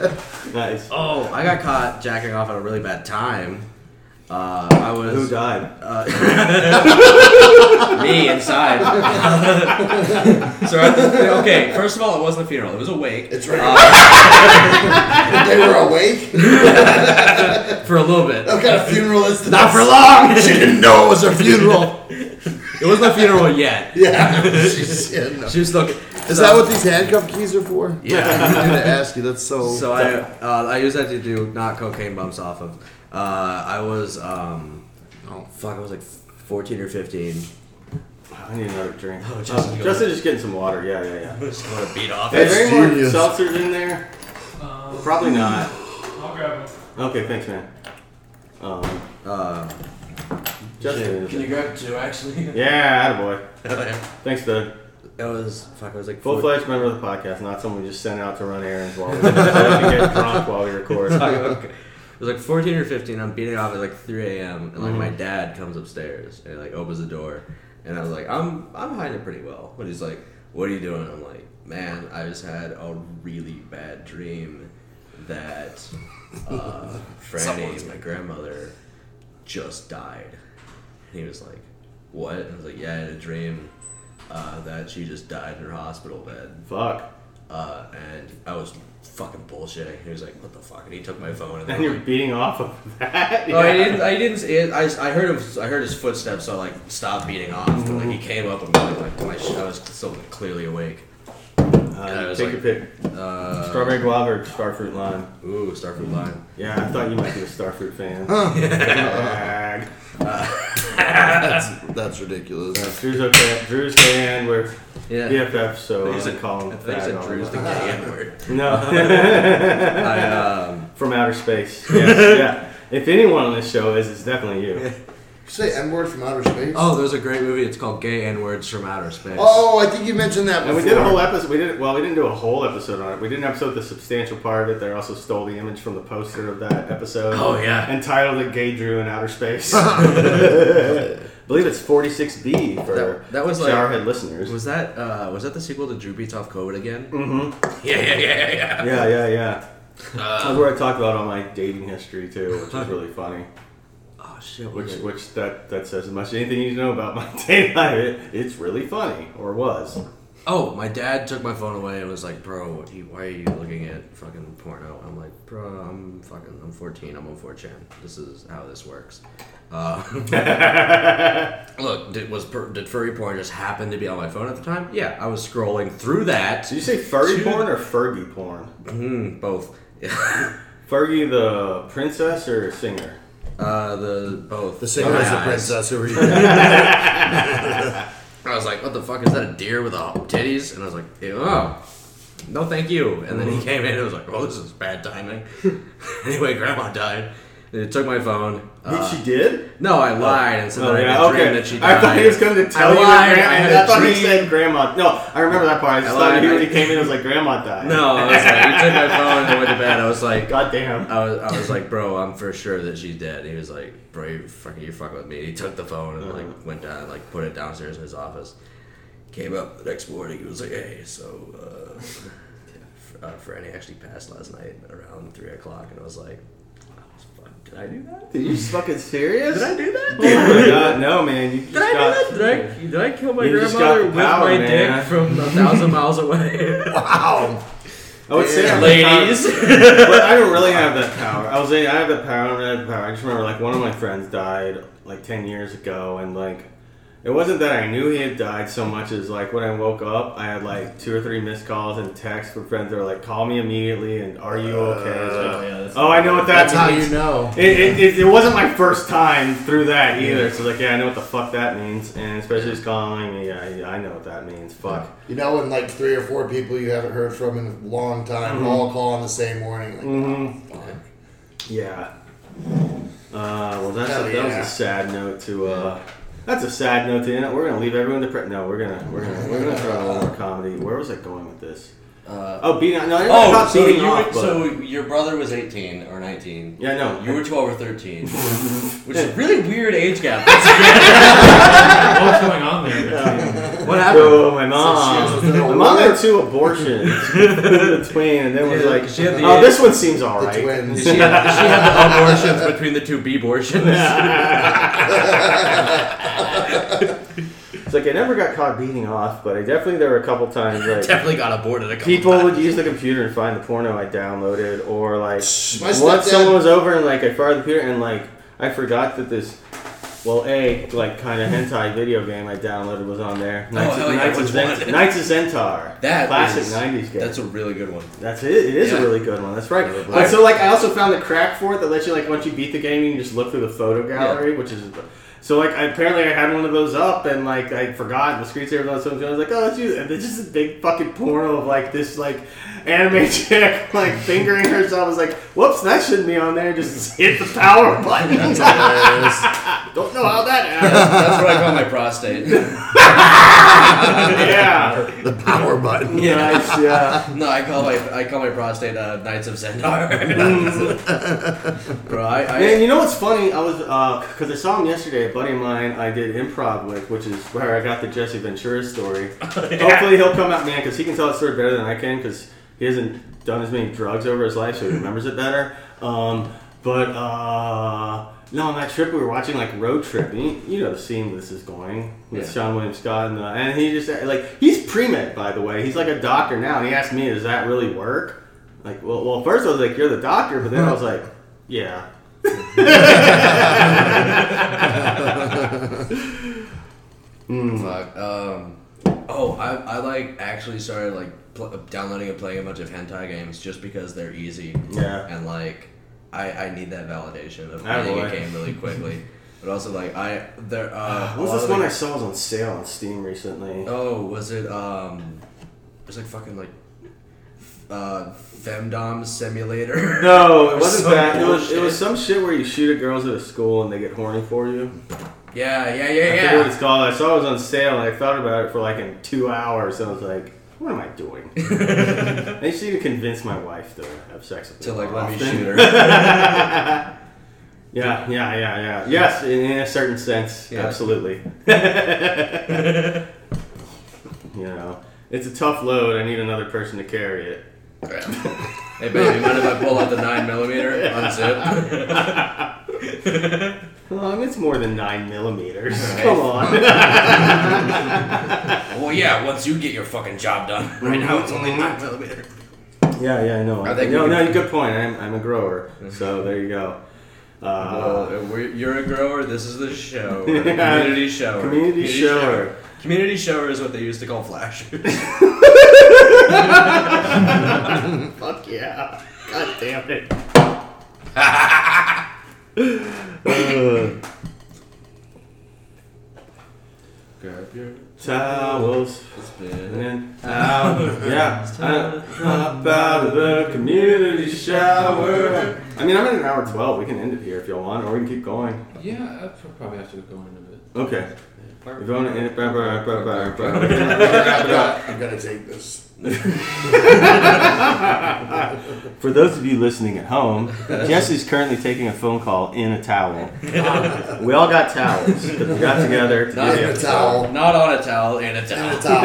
it. Nice. Oh, I got caught jacking off at a really bad time. Uh, I Who was died? Me inside. so I- okay, first of all, it wasn't a funeral; it was a wake It's right Uh, They were awake. for a little bit. I've got a funeral. It's the not for long. She didn't know it was her funeral. It wasn't a funeral yet. Yeah. She's, yeah no. She was looking. Is that what these handcuff keys are for? Yeah. I was going to ask you. That's so. So I uh, I used that to do not cocaine bumps off of. Uh, I was um, oh fuck, I was like 14 or 15. I need another drink. Oh, Justin, go. Justin just getting some water. Yeah, yeah, yeah. Just want to beat off. Hey, That's is there any more genius. seltzers in there? Um, Probably not. I'll grab one. Okay, thanks, man. Um, Uh, Justin. Can you grab two actually? Yeah, attaboy. yeah. Thanks, Doug. it was fuck. I was like Full fledged member of the podcast, not someone we just sent out to run errands while we get drunk while we record. okay. It was like 14 or 15. I'm beating off at like 3 a.m. and like my dad comes upstairs and like opens the door, and I was like, I'm I'm hiding pretty well. But he's like, What are you doing? I'm like, Man, I just had a really bad dream that uh, Franny, my grandmother, just died. And he was like, What? And I was like, Yeah, I had a dream uh, that she just died in her hospital bed Fuck. uh, and I was fucking bullshitting. He was like, "What the fuck?" And he took my phone. And And then you're beating off of that. Uh, oh, I didn't. I didn't. It, I, I heard him. I heard his footsteps. So I like stopped beating off. But like he came up and like my sh- I was still clearly awake. I Uh, was take like- your pick. Uh, Strawberry guava or starfruit lime? Ooh, starfruit lime. Yeah, I thought you might be a starfruit fan. Uh, Bag. That's ridiculous. Uh, Drew's okay. Drew's fan. We're Yeah. BFF, so He's I'm a- calling. I think he said Drew's the gay N word. No. I um. From outer space. Yeah, yeah. If anyone on this show is, it's definitely you. Say M word from outer space. Oh, there's a great movie. It's called Gay N Words from Outer Space. Oh, I think you mentioned that And before. we did a whole episode. We did well. We didn't do a whole episode on it. We did an episode with the substantial part of it. They also stole the image from the poster of that episode. Oh, yeah. Entitled "A Gay Drew in Outer Space." believe it's 46B for That- that was like- showerhead listeners. Was that uh? Was that the sequel to Drew Beats Off COVID again? Mhm. Yeah, yeah, yeah, yeah, yeah. yeah, yeah, yeah. That's where I talk about all my dating history too, which is really funny. Oh shit. Which, Which which that that says as much as anything you need to know about my dating life. It, it's really funny, or was. Oh, my dad took my phone away and was like, "Bro, what you, why are you looking at fucking porno?" I'm like, "Bro, I'm fucking, I'm 14. I'm on 4chan. This is how this works." Uh, look, did, was per- did furry porn just happen to be on my phone at the time? Yeah, I was scrolling through that. Did you say furry Dude. porn or Fergie porn? Mm, both, Fergie the princess or singer? uh, the both. The singer was My the eyes. princess. Who were you? I was like, "What the fuck is that? A deer with a titties?" And I was like, "Ew, "Oh, no, thank you." And then Mm-hmm. he came in and was like, "Oh, this is bad timing." anyway, grandma died. They took my phone. Uh, she did. No, I lied and said Oh, that I yeah, had a dream okay. that she died. I thought he was going to tell I you. lied, that I grandma, had I, a thought he dream. said grandma. No, I remember that part. I just I thought lied. he when he came in it was like grandma died. No, I was like, he took my phone and went to bed. I was like, God damn. I was, I was like, bro, I'm for sure that she's dead. He was like, bro, you fucking, you fucking with me. He took the phone and like went down, like put it downstairs in his office. Came up the next morning. He was like, hey, so uh, uh, Franny actually passed last night around three o'clock, and I was like, I was fucked Did I do that? Are you fucking serious? Did I do that? Oh my God, no, man. You just Did I got, do that? Did I, did I kill my You just got grandmother the with power, my man. dick from a thousand miles away? Wow. I would say, I'm Ladies. but I don't really have that power. I was saying I have that power. I don't have that power. I just remember like one of my friends died like ten years ago, and like it wasn't that I knew he had died so much as like when I woke up, I had like two or three missed calls and texts from friends that were like, "Call me immediately," and "Are you okay?" It's like, oh, I know what that That's how means. you know. It, it, it, it wasn't my first time through that either. So like, yeah, I know what the fuck that means, and especially just calling me, yeah, yeah, I know what that means. Fuck. You know when like three or four people you haven't heard from in a long time all call on the same morning. Like, Mm-hmm. fuck. Yeah. Uh, well, that's Hell that yeah. was a sad note to. Uh, that's a sad note to end. it. We're gonna leave everyone depressed. No, we're gonna we're gonna we're gonna try a little more comedy. Where was I going with this? Uh, Oh, beating. No, you're oh, not so, beating you off. were, but- so your brother was 18 or 19. yeah, no. You were 12 or 13, which is a really weird age gap. That's- What's going on there? What happened? So my So mom, she was a little my mom had two abortions between, and then was Yeah, like, she had the- "Oh, this one seems all The right." twins. She had, she had the abortions between the two B-bortions. It's like I never got caught beating off, but I definitely there were a couple times like Definitely got aborted a couple people times. would use the computer and find the porno I downloaded, or like My once someone stepdad. was over and like I fired the computer and like I forgot that this, well, a like kind of hentai video game I downloaded was on there. Knights, Oh, hell yeah, Knights of, what's Zent- one? Knights of Zentar, That classic is- '90s game. That's a really good one. That's it. It is Yeah. a really good one. That's right. But so like I also found the crack for it that lets you like once you beat the game you can just look through the photo gallery, which is so like I, apparently I had one of those up and like I forgot the screensaver was on something. I was like, oh, it's you. And it's just a big fucking porno of like this like anime chick like fingering herself. I was like, whoops, that shouldn't be on there. Just hit the power button. Don't know how that happened. That's what I call my prostate. yeah. The power button. Nice. Yeah. No, I call my I call my prostate uh, Knights of Mm. Zendar. Bro, I, I Man, you know what's funny? I was because I saw him yesterday. A buddy of mine I did improv with, which is where I got the Jesse Ventura story. Hopefully he'll come out, man, because he can tell that story better than I can because he hasn't done as many drugs over his life, so he remembers it better. Um, but uh, no, on that trip we were watching like Road Trip. And you, you know the scene where this is going with Yeah. Sean William Scott, and, uh, and he just like he's pre med by the way. He's like a doctor now, and he asked me, "Does that really work?" Like, well, well, first I was like, "You're the doctor," but then I was like, "Yeah." Fuck. Um, oh, I, I like actually started like pl- downloading and playing a bunch of hentai games just because they're easy. Yeah. And like, I, I need that validation of Ah, playing boy. a game really quickly. But also like I there uh. Ah, What a was lot of this the- one I saw was on sale on Steam recently? Oh, was it um? It was like fucking like, uh, femdom simulator. No, it wasn't Some that. It was, it bullshit. was some shit where you shoot at girls at a school and they get horny for you. yeah, yeah, I yeah, forget what yeah. it's called. I saw it was on sale and I thought about it for like in two hours. And I was like, what am I doing? I just need to convince my wife to have sex with me. To like more let me often. shoot her. Yeah, yeah, yeah, yeah. Yes, in, in a certain sense, Yeah. absolutely. you know, it's a tough load. I need another person to carry it. hey baby, mind if I pull out the nine millimeter? Unzip. Um, it's more than nine millimeters. Come on. well, yeah. Once you get your fucking job done. Right now it's only nine millimeter. Yeah, yeah, I know. I think no, we no, can- good point. I'm, I'm a grower, so there you go. Uh, Well, we're, you're a grower. This is the show. Yeah. Community shower. community shower. Community shower is what they used to call flash. Fuck yeah! God damn it. Grab your Towels spin. and out. Yeah, uh, up out of the community shower. I mean, I'm at an hour twelve. We can end it here if you want, or we can keep going. Yeah, I probably have to go into it. Okay. If you want to end it, I'm gonna take this. For those of you listening at home, Jesse's currently taking a phone call in a towel. we all got towels that we got together. To do Not the in a episode. towel. Not on a towel, in a towel. In a towel.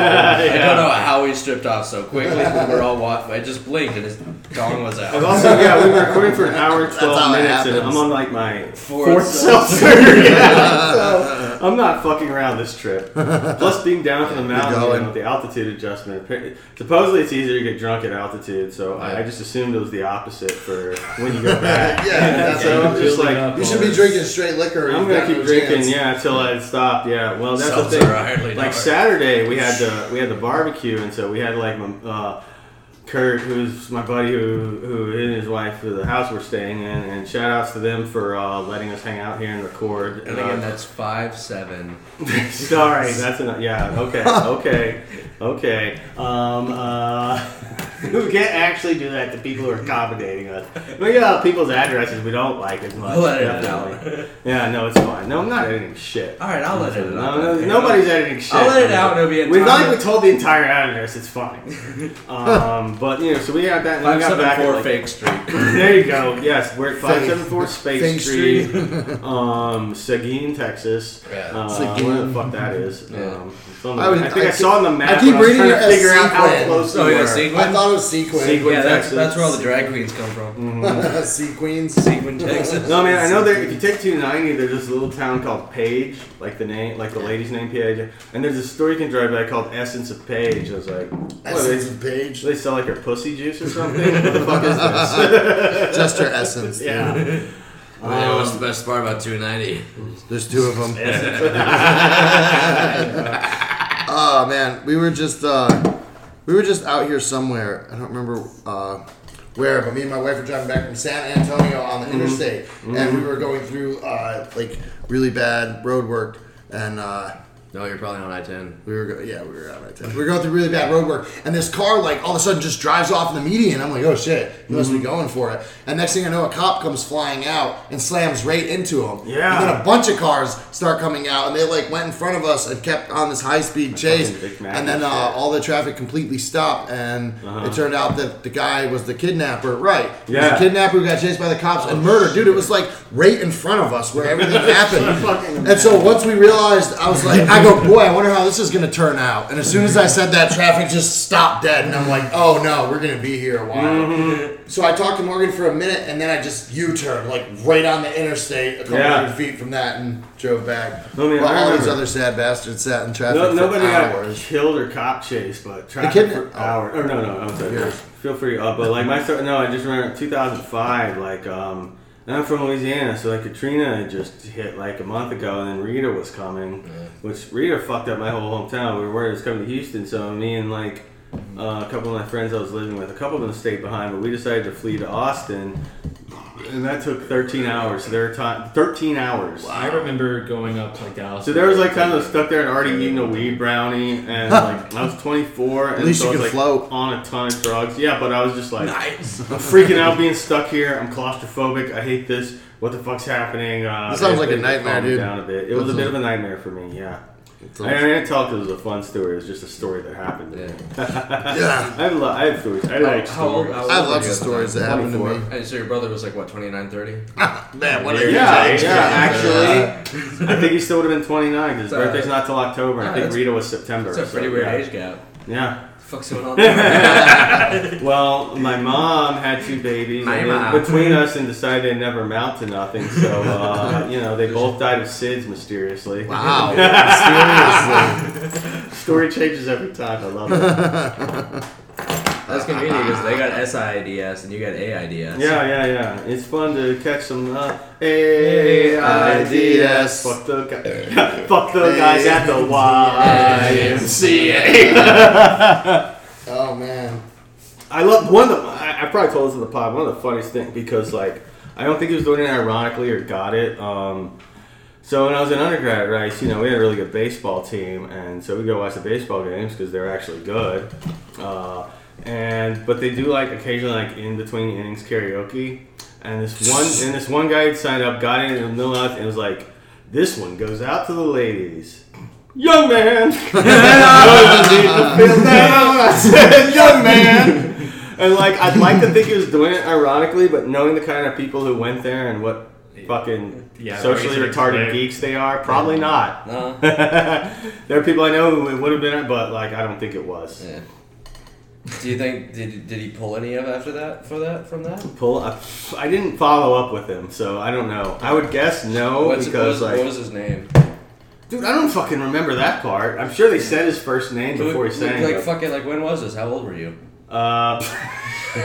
I Yeah. don't know how he stripped off so quickly. We were all watching. I just blinked and his dong was I've out. also, yeah, we were recording for an hour and That's how 12 it minutes, and happens. I'm on like my Fourth fourth seltzer. seltzer. yeah, so I'm not fucking around this trip. Plus, being down from the mountain you going. know, with the altitude adjustment. appa- Supposedly, it's easier to get drunk at altitude, so I, I just assumed it was the opposite for when you go back. Yeah, that's so I'm just Building like, up You should be all drinking straight liquor. I'm You've gonna got keep no drinking, chance. yeah, until I stop. Yeah, well, that's Seltzer, the thing. hardly know Like it. Saturday, we had the we had the barbecue, and so we had like my- uh, Kurt, who's my buddy, who who and his wife, the house we're staying in, and shout outs to them for uh, letting us hang out here and record. And Uh, again, that's five seven. Sorry, that's enough. Yeah, okay, okay, okay. Um, uh, we can't actually do that to people who are accommodating us. We get out people's addresses we don't like as much. I'll let it definitely. Yeah, no, it's fine. No, I'm not editing shit. All right, I'll let it No, out. no, Okay. nobody's editing shit. I'll let it out and it'll be a We time- like we told the entire address. It's fine. Um, but you know, so we got that. And we Five got seven back at, four like- fake street. there you go. Yes, we're at five Fake- seven four Space Fake Street, um, Seguin, Texas. Yeah. Uh, Seguin. whatever the fuck that is. Yeah. Um, it's on the- I I, was- think I, I saw on the map. I keep but was reading trying it to as figure out how Sequin. close Oh we yeah, were. I sequin. thought it was Sequin. Sequin, Yeah, that's, Texas. that's where all the drag queens come from. Sequins. Sequin, Texas. No man, I know that if you take 290, there's this little town called Page, like the name, like the lady's name Page, and there's this store you can drive by called Essence of Page. I was like, what, Essence they, of Page. they sell like her pussy juice or something? what the fuck is this? Just her essence. dude. yeah, Yeah, what's the best part about 290? There's two of them. Essence. Oh man, we were just uh, we were just out here somewhere. I don't remember uh, where, but me and my wife were driving back from San Antonio on the interstate, and we were going through uh, like really bad road work, and uh, No, you're probably on I 10. we were go- yeah we were out right there. We were going through really bad road work, and this car like all of a sudden just drives off in the median. I'm like, oh shit, he must be going for it. And next thing I know, a cop comes flying out and slams right into him. Yeah. And then a bunch of cars start coming out, and they like went in front of us and kept on this high speed chase. fucking Big Mac And then and uh, shit. all the traffic completely stopped, and it turned out that the guy was the kidnapper. Right. He was Uh-huh. Yeah. a kidnapper who got chased by the cops and murdered. Dude, it was like right in front of us where everything happened. and so once we realized, I was like, I go, boy, I wonder how this is going to turn out. And as soon as I said that, traffic just stopped dead, and I'm like, oh no, we're going to be here a while. Mm-hmm. So I talked to Morgan for a minute, and then I just U-turned, like right on the interstate, a couple Yeah. hundred feet from that, and drove back. No, man, While I all these remember. other sad bastards sat in traffic No, for nobody got hours. killed or cop chased, but traffic kid- for oh. hours. Or no, no, I'm sorry. Yeah. Feel free. Uh, but like my story, no, I just remember 2005. Like, um, and I'm from Louisiana, so like Katrina had just hit like a month ago, and then Rita was coming, Mm-hmm. which Rita fucked up my whole hometown. We were worried it was coming to Houston, so me and like uh, a couple of my friends I was living with, a couple of them stayed behind, but we decided to flee to Austin, and that took 13 hours. Their time, 13 hours. I remember going up like Dallas. So there was like times I was stuck there and already eating a weed brownie, and like I was 24, and least so you I was can like float. on a ton of drugs. Yeah, but I was just like Nice. I'm freaking out being stuck here. I'm claustrophobic. I hate this. What the fuck's happening? Uh, That sounds like a everything nightmare, calmed me dude. Down a bit. It was a That's bit a- of a nightmare for me. Yeah, It's I, all- I didn't tell because it was a fun story. It was just a story that happened. to me. Yeah, I have lo- I have stories. I like How old- stories. how old I were love you the at the stories time? that happened to me. 24. And so your brother was like what 29, 30? Man, what a Yeah, huge yeah. Actually, I think he still would have been 29 because his It's, uh, birthday's not till October. and I yeah, think that's- Rita was September. That's a so, pretty weird yeah. age gap. Yeah. The fuck's going on? there? Well, my mom had two babies My and mom. then between us and decided they never amount to nothing. So, uh, you know, they both died of SIDS mysteriously. Wow. Seriously. Story changes every time. I love it. That's convenient because they got SIDS and you got AIDS. Yeah, yeah, yeah. It's fun to catch some uh, AIDS. Fuck the, guy. Fuck the guys at the Y. Oh man. I love one of the. I, I probably told this in the pod. One of the funniest things because like I don't think he was doing it ironically or got it. Um, so when I was in undergrad at Rice, you know, we had a really good baseball team, and so we go watch the baseball games because they're actually good. Uh, and but they do like occasionally like in between innings karaoke, and this one and this one guy had signed up, got in in the middle of the ninth, and was like, "This one goes out to the ladies." Young man! I was beneath the field down. I said, Young man! And like, I'd like to think he was doing it ironically, but knowing the kind of people who went there and what fucking Yeah, socially racist retarded dick. geeks they are, probably not. No. there are people I know who it would have been, but like, I don't think it was. Yeah. Do you think did did he pull any of after that for that from that? Pull up. I didn't follow up with him, so I don't know. I would guess no What's, what, Oh, because was, like, what was his name? dude, I don't fucking remember that part. I'm sure they said his first name Can we- before he sang. like it. fucking like when was this? How old were you? Uh,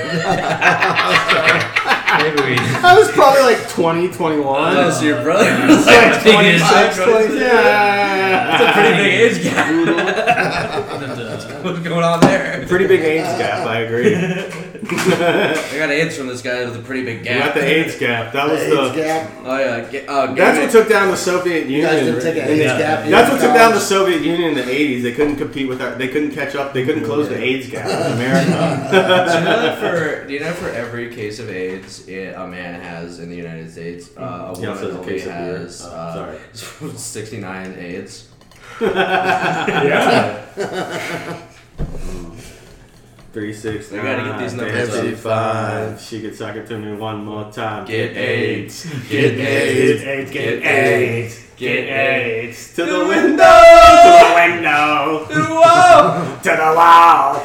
Maybe we. I was probably like 20, 21. Oh, so your brother was like like 26, 26, 20, That's a yeah. pretty big age gap. What's going on there? Pretty big age gap, I agree. we I got AIDS from this guy with a pretty big got gap. the age gap. That was Age the. gap. Oh yeah, ga- uh, gay That's men- what took down the Soviet You guys Union. didn't take an in age the- gap. That's what took down the college. Soviet Union in the 80s. They couldn't compete with our. They couldn't catch up. They couldn't close the AIDS gap in America. do you know that for do you know for every case of AIDS it, a man has in the United States, uh, a He woman also has a only case of beer. has Oh, uh, sixty nine AIDS. Yeah. 3, 6, We gotta get these numbers nine, up. 55. She could suck it to me one more time. Get AIDS. Get AIDS. AIDS, Get AIDS. Get Get AIDS. To the window. To the window. To the wall. to the wall.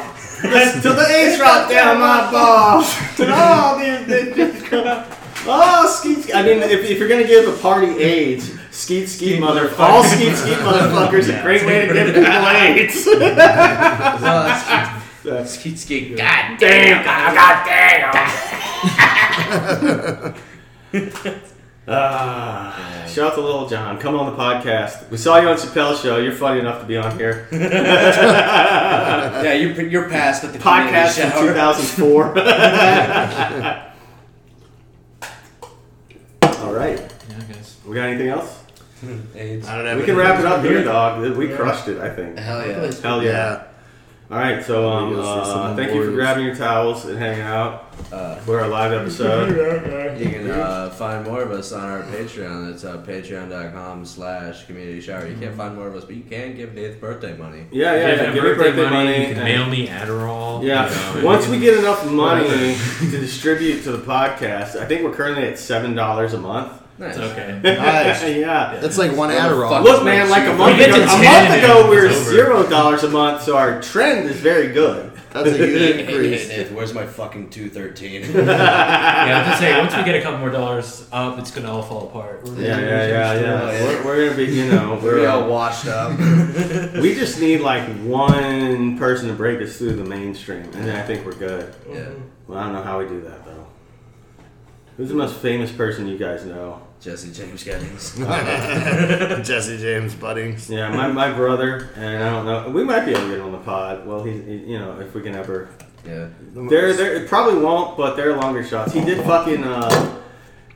Till the ace drop down my balls. Till all these bitches come. Oh, skeet, skeet. I mean, if, if you're gonna give a party AIDS, skeet skeet motherfucker. All skeet skeet motherfuckers. A great way to give people AIDS. Oh, That's- skeet skeet. God damn, god, god damn. Ah, shout out to Little John. Come on the podcast. We saw you on Chappelle's show. You're funny enough to be on here. Yeah, you're, you're past at the Podcast community from shower. 2004. All right. Yeah, I guess. We got anything else? AIDS. I don't know. We can wrap it up here, dog. We crushed it, I think. Hell yeah. Hell yeah. All right, so um, uh, thank you for grabbing your towels and hanging out. Uh, We're a live episode. you can uh, find more of us on our Patreon. That's uh, patreon.com slash community shower. You can't Mm-hmm. find more of us, but you can give Nath birthday money. Yeah, yeah, yeah. him Give me birthday money. You can and- mail me Adderall. yeah. you know, Once and- we get enough money to distribute to the podcast, I think we're currently at seven dollars a month. Nice. Okay. Nice. yeah. That's like one fuck. Adderall. Look, man, like a month We get ago, to a month 10 ago and we were it's over. zero dollars a month, so our trend is very good. That's a Hey, huge hey, increase. Nath, where's my fucking 213? Yeah, I'm just saying, once we get a couple more dollars up, it's gonna all fall apart. We're Yeah, yeah, yeah, yeah. We're, we're gonna be, you know, we're, We're all washed up. we just need like one person to break us through the mainstream, and then I think we're good. yeah. Well, I don't know how we do that though. Who's the most famous person you guys know? Jesse James Gettings. Jesse James Buddings. Yeah, my, my brother, and I don't know. We might be able to get him on the pod. Well, he's he, you know if we can ever. yeah. They're they're it probably won't, but they're longer shots. He did fucking. Uh,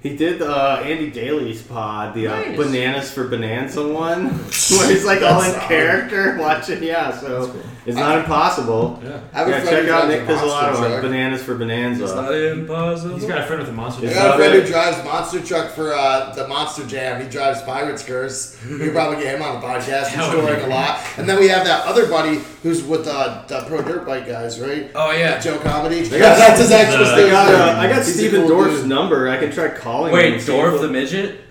he did uh, Andy Daly's pod, the uh, Nice. Bananas for Bonanza one, where he's like all in That's solid. character watching. Yeah, so it's not impossible. I have a Yeah, friend check who out drives Nick a monster Pizzolatto on truck. Bananas for It's Bonanza. not impossible. He's got a friend with a monster. I Yeah. got a friend Love who drives monster truck for uh, the Monster Jam. He drives Pirates Curse. We could probably get him on the podcast. He's That would be touring a lot. And then we have that other buddy who's with uh, the Pro Dirt Bike guys, right? Oh, yeah. Joe Comedy. got- Yeah, that's his ex. was I doing got, that. uh, I got He's a Stephen cool Dorff's dude. number. I can try calling him. Wait, and see if Dorf the he'll- midget?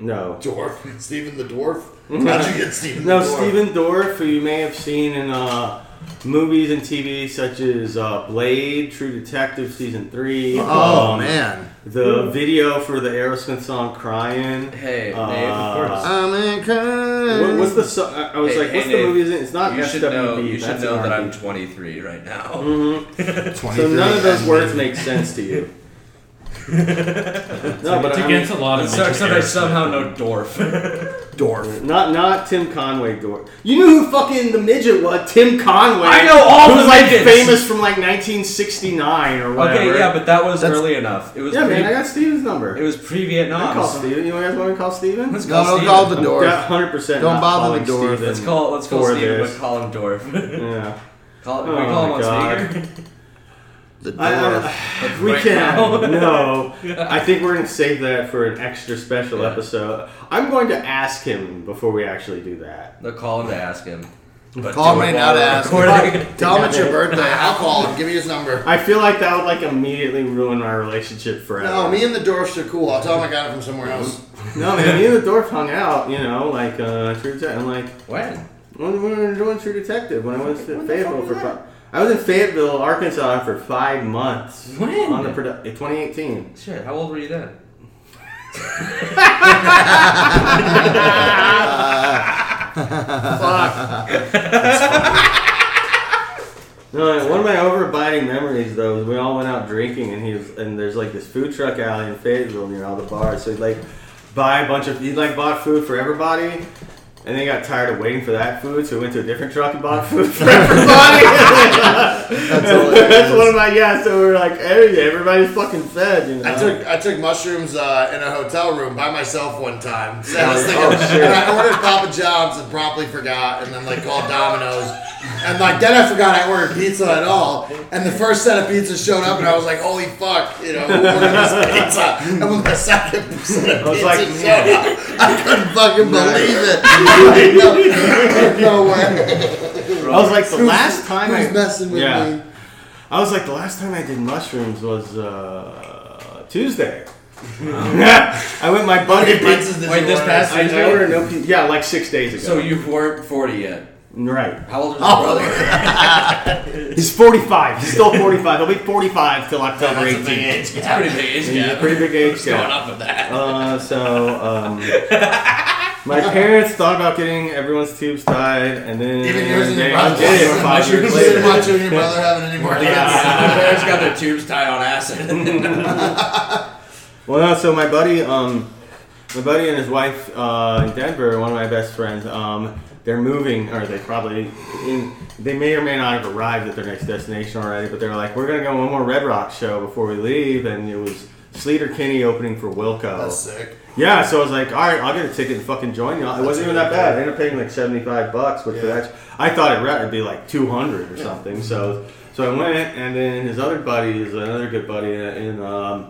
No. Dwarf. Stephen the Dwarf. How'd you get Stephen Mm-hmm. No, the Dwarf? Stephen Dorff, who you may have seen in uh, movies and TV such as uh, Blade, True Detective Season 3. Oh, um, man. The video for the Aerosmith song Crying. Hey, Uh, Nate, of course. I'm in crime. What, what's the so- I I was Hey, like, hey, what's the Dave, movie? Is it? It's not you should know, SWB, you should that's know an Mm. that I'm R&B. 23 right now. So none of those words make sense to you. no, but it's I mean- against a lot of It sucks that I mentioned somehow Aerosmith. know Dorf. Dorf. Not not Tim Conway door. You knew who fucking the midget was? Tim Conway. I know all who's the like midgets. famous from like 1969 or whatever. okay, yeah, but that was That's- early enough. It was yeah, pre- man, I got Steven's it number. was I pre-Vietnam. call so- Steven. You guys want to call Steven? Let's No, call don't Steven. call the Dorf. hundred percent. Don't bother the door. Let's call let's call for Steven, this. but call him Dorf. Yeah. call, Oh we call him my on God. speaker. The door. I, I, we can't. No, I think we're gonna save that for an extra special Yeah. episode. I'm going to ask him before we actually do that. They'll call him to ask him. But Call do me it now while to we're ask. recording. Tell him it's your birthday. I'll call him. Give me his number. I feel like that would like immediately ruin our relationship forever. No, me and the Dorfs are cool. I'll tell him I got it from somewhere else. No, man, me and the dwarf hung out. You know, like uh, True Detective. I'm like, When? when we were doing True Detective, when I was in Fayetteville for. Fi- I was in Fayetteville, Arkansas for five months. When? On the produ- in 2018. Shit, how old were you then? No, one of my overabiding memories though is we all went out drinking and he was and there's like this food truck alley in Fayetteville near all the bars. So he'd like buy a bunch of he like bought food for everybody. And they got tired of waiting for that food, so we went to a different truck and bought food for everybody. That's one of my yeah. So we were like, hey, everybody's fucking fed. You know? I took I took mushrooms uh, in a hotel room by myself one time. So I was Oh, thinking, shit. and I ordered Papa John's and promptly forgot, and then like called Domino's, and like then I forgot I ordered pizza at all. And the first set of pizza showed up, and I was like, holy fuck, you know, who ordered this pizza? And when the second set I of was pizza like, showed up, I couldn't fucking believe it. Like, no, no way. I was like the last time Who's I messing with Yeah. me? I was like, the last time I did mushrooms was uh, Tuesday. I went my buddy. Hey, pizzas did Wait, you this order? past- I, I ordered no pizza. Yeah, like six days ago. So you weren't 40 yet. right. How old was your Oh. brother? He's 45. He's still 45. He'll be 45 till October That's a 18th. big age It's gap. pretty big age He's a gap. pretty big age Going gap. up with that. Uh, so, um, my parents thought about getting everyone's tubes tied, and then Even yours and they your brother's. did it five years Mushrooms. later. Watch you and your brother having any more kids. My parents got their tubes tied on acid. Well, no, so my buddy, um, my buddy and his wife uh, in Denver, one of my best friends, um, they're moving, or they probably, in, they may or may not have arrived at their next destination already, but they're like, we're going to go one more Red Rock show before we leave, and it was Sleater Kinney opening for Wilco. That's sick. Yeah, so I was like, all right, I'll get a ticket and fucking join y'all. It wasn't even that bad. I ended up paying like seventy five bucks, which for Yeah. that, I thought it ra- it'd be like two hundred or something. So, so I went, and then his other buddy is another good buddy in, in um,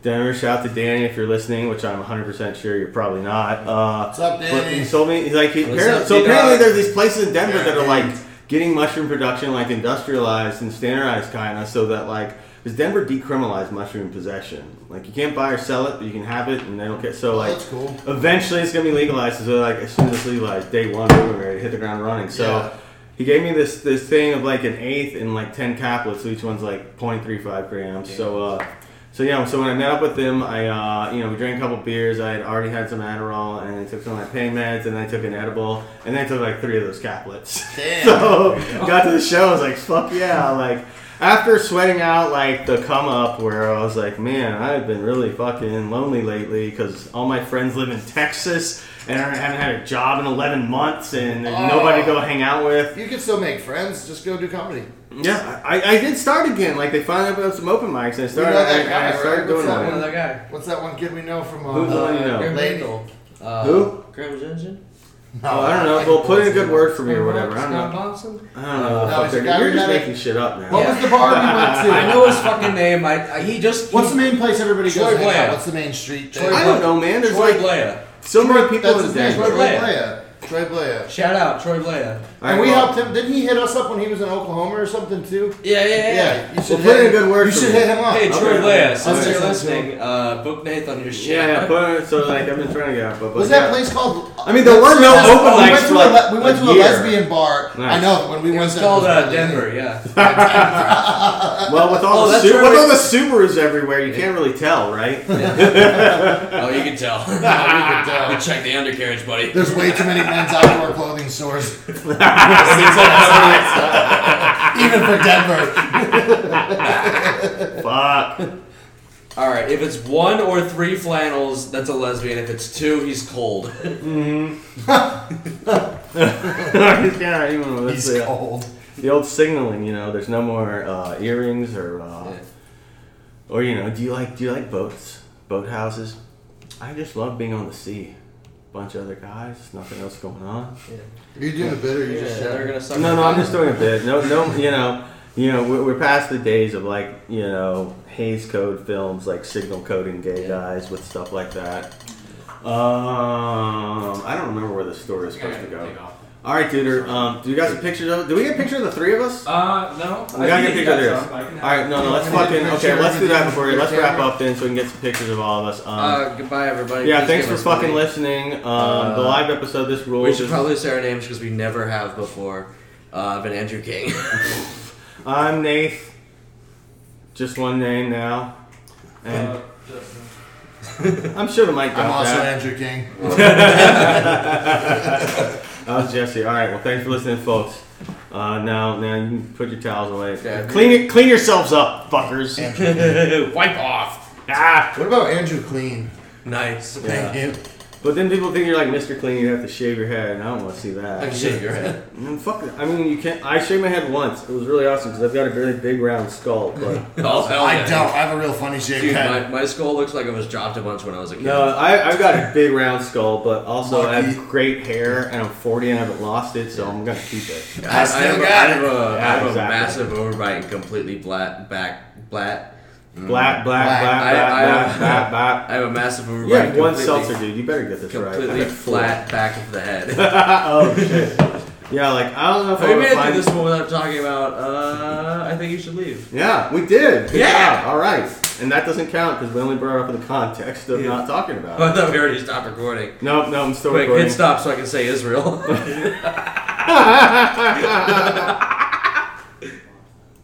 Denver. Shout out to Danny if you're listening, which I'm one hundred percent sure you're probably not. Uh, What's up, but Danny? he told me he's like he, What's apparently, up, so apparently D-Dog? there's these places in Denver Yeah, that are man. like getting mushroom production like industrialized and standardized kind of so that like because Denver decriminalized mushroom possession like you can't buy or sell it but you can have it and they don't care so Oh, like that's cool. eventually it's gonna be legalized so like as soon as it's legalized day one we were ready to hit the ground running so Yeah. he gave me this this thing of like an eighth and like ten caplets so each one's like 0.35 grams so uh so yeah, so when I met up with him, I uh, you know we drank a couple beers. I had already had some Adderall, and I took some of my pain meds, and I took an edible, and then I took like three of those caplets. Damn. so got to the show, I was like, "Fuck yeah!" Like after sweating out like the come up, where I was like, "Man, I've been really fucking lonely lately because all my friends live in Texas, and I haven't had a job in eleven months, and there's nobody to Oh. go hang out with." You can still make friends. Just go do comedy. Yeah, I, I did start again. Like they finally opened up some open mics, and I started. know that I- guy, I, right? started doing What's that that. one? Another guy. What's that one kid we know from uh, Who's the one you know? Ladle? Uh, Who? Graham Johnson? Oh, I don't know. Well, put in a good word for me or whatever. I don't Scott know. Bonson? I don't know. No, Fuck it's that. the guy You're we just met at- making shit up now. What was the bar we went to? I know his fucking name. I, I he just. What's the main place everybody goes? Troy to hang out? Blair. What's the main street? Troy I don't know, man. There's Troy like Blaya. so many people That's in his name. Troy Denver. Blair. Blair. Troy Blair. Shout out Troy Blaya. All right, and we well, helped him. Didn't he hit us up when he was in Oklahoma or something too? Yeah, yeah, Yeah. You should Well, put hit in a good word You for should me. hit him up. Hey Troy Okay. Blaya, since Okay. you're listening, uh, book Nate on your shit. Yeah, but so like I've been trying to get out, but, but Was Oh, yeah. that place called? I mean, there were no That's- open we mics went for to a like le- We went a to a year. lesbian bar. I Nice. know when we It went was there, called it was uh, really- Denver, yeah. Well, with all Oh, the that's Su- where with we- all the Subarus everywhere, you can't really tell, right? Oh, you can tell. could tell. We check the undercarriage, buddy. There's way too many men's outdoor clothing stores. Even for Denver. Fuck. All right, if it's one or three flannels, that's a lesbian. If it's two, he's cold. yeah, even though that's He's the, uh, cold. the old signaling, you know. There's no more uh, earrings or uh, Yeah. or you know. Do you like do you like boats, boat houses? I just love being on the sea. Bunch of other guys, nothing else going on. Are you doing a bit or are you just they're shit? gonna suck. No, no, I'm just doing a bit. No, no, you know, you know, we're, we're past the days of like, you know, haze code films, like signal coding gay guys with stuff like that. Um, I don't remember where the story is supposed to go. All right, dude. Um, do you guys have pictures of? Do we get a picture of the three of us? Uh, no. We gotta get pictures of this. All right, no, no. Let's Can we get a fucking picture okay. of Let's do that the- before. Let's the wrap camera? up then, so we can get some pictures of all of us. Um, Uh, goodbye, everybody. yeah, Please thanks give for us fucking money. listening. Um, the Uh, live episode. This rules. We should This- probably say our names because we never have before. Uh, I've been Andrew King. I'm Nath. Just one name now. And I'm sure the mic got I'm also that. Andrew King. I was Jesse. All right. Well, thanks for listening, folks. Uh, now, now you can put your towels away. Yeah. Clean it. Clean yourselves up, fuckers. Wipe off. ah. What about Andrew Clean? Nice. Thank you. But then people think you're like Mr. Clean. You have to shave your head, and I don't want to see that. I shave your head. Man, fuck it. I mean, you can't. I shaved my head once. It was really awesome because I've got a very big round skull. But Oh, hell I yeah. don't. I have a real funny Dude, shaped head. my, my skull looks like it was dropped a bunch when I was a kid. no, I, I've got a big round skull, but also I Lucky. have great hair, and I'm 40 and I haven't lost it, so I'm gonna keep it. I, I still have, a- got I have it. a, I Yeah, have a exactly. massive overbite and completely black back black. Black, black, black, I- black, black, I- black, black. I have a massive overbite. You have one completely- seltzer, dude. You better get this right. Completely I got four. flat back of the head. oh shit. Yeah, like I don't know if I I made would it through find this one without talking about. Uh, I think you should leave. Yeah, we did. Good Yeah. job. All right, and that doesn't count because we only brought it up in the context of not talking about. I it. thought Oh, we already stopped recording. No, no, I'm still Quick, recording. hit stop so I can say Israel.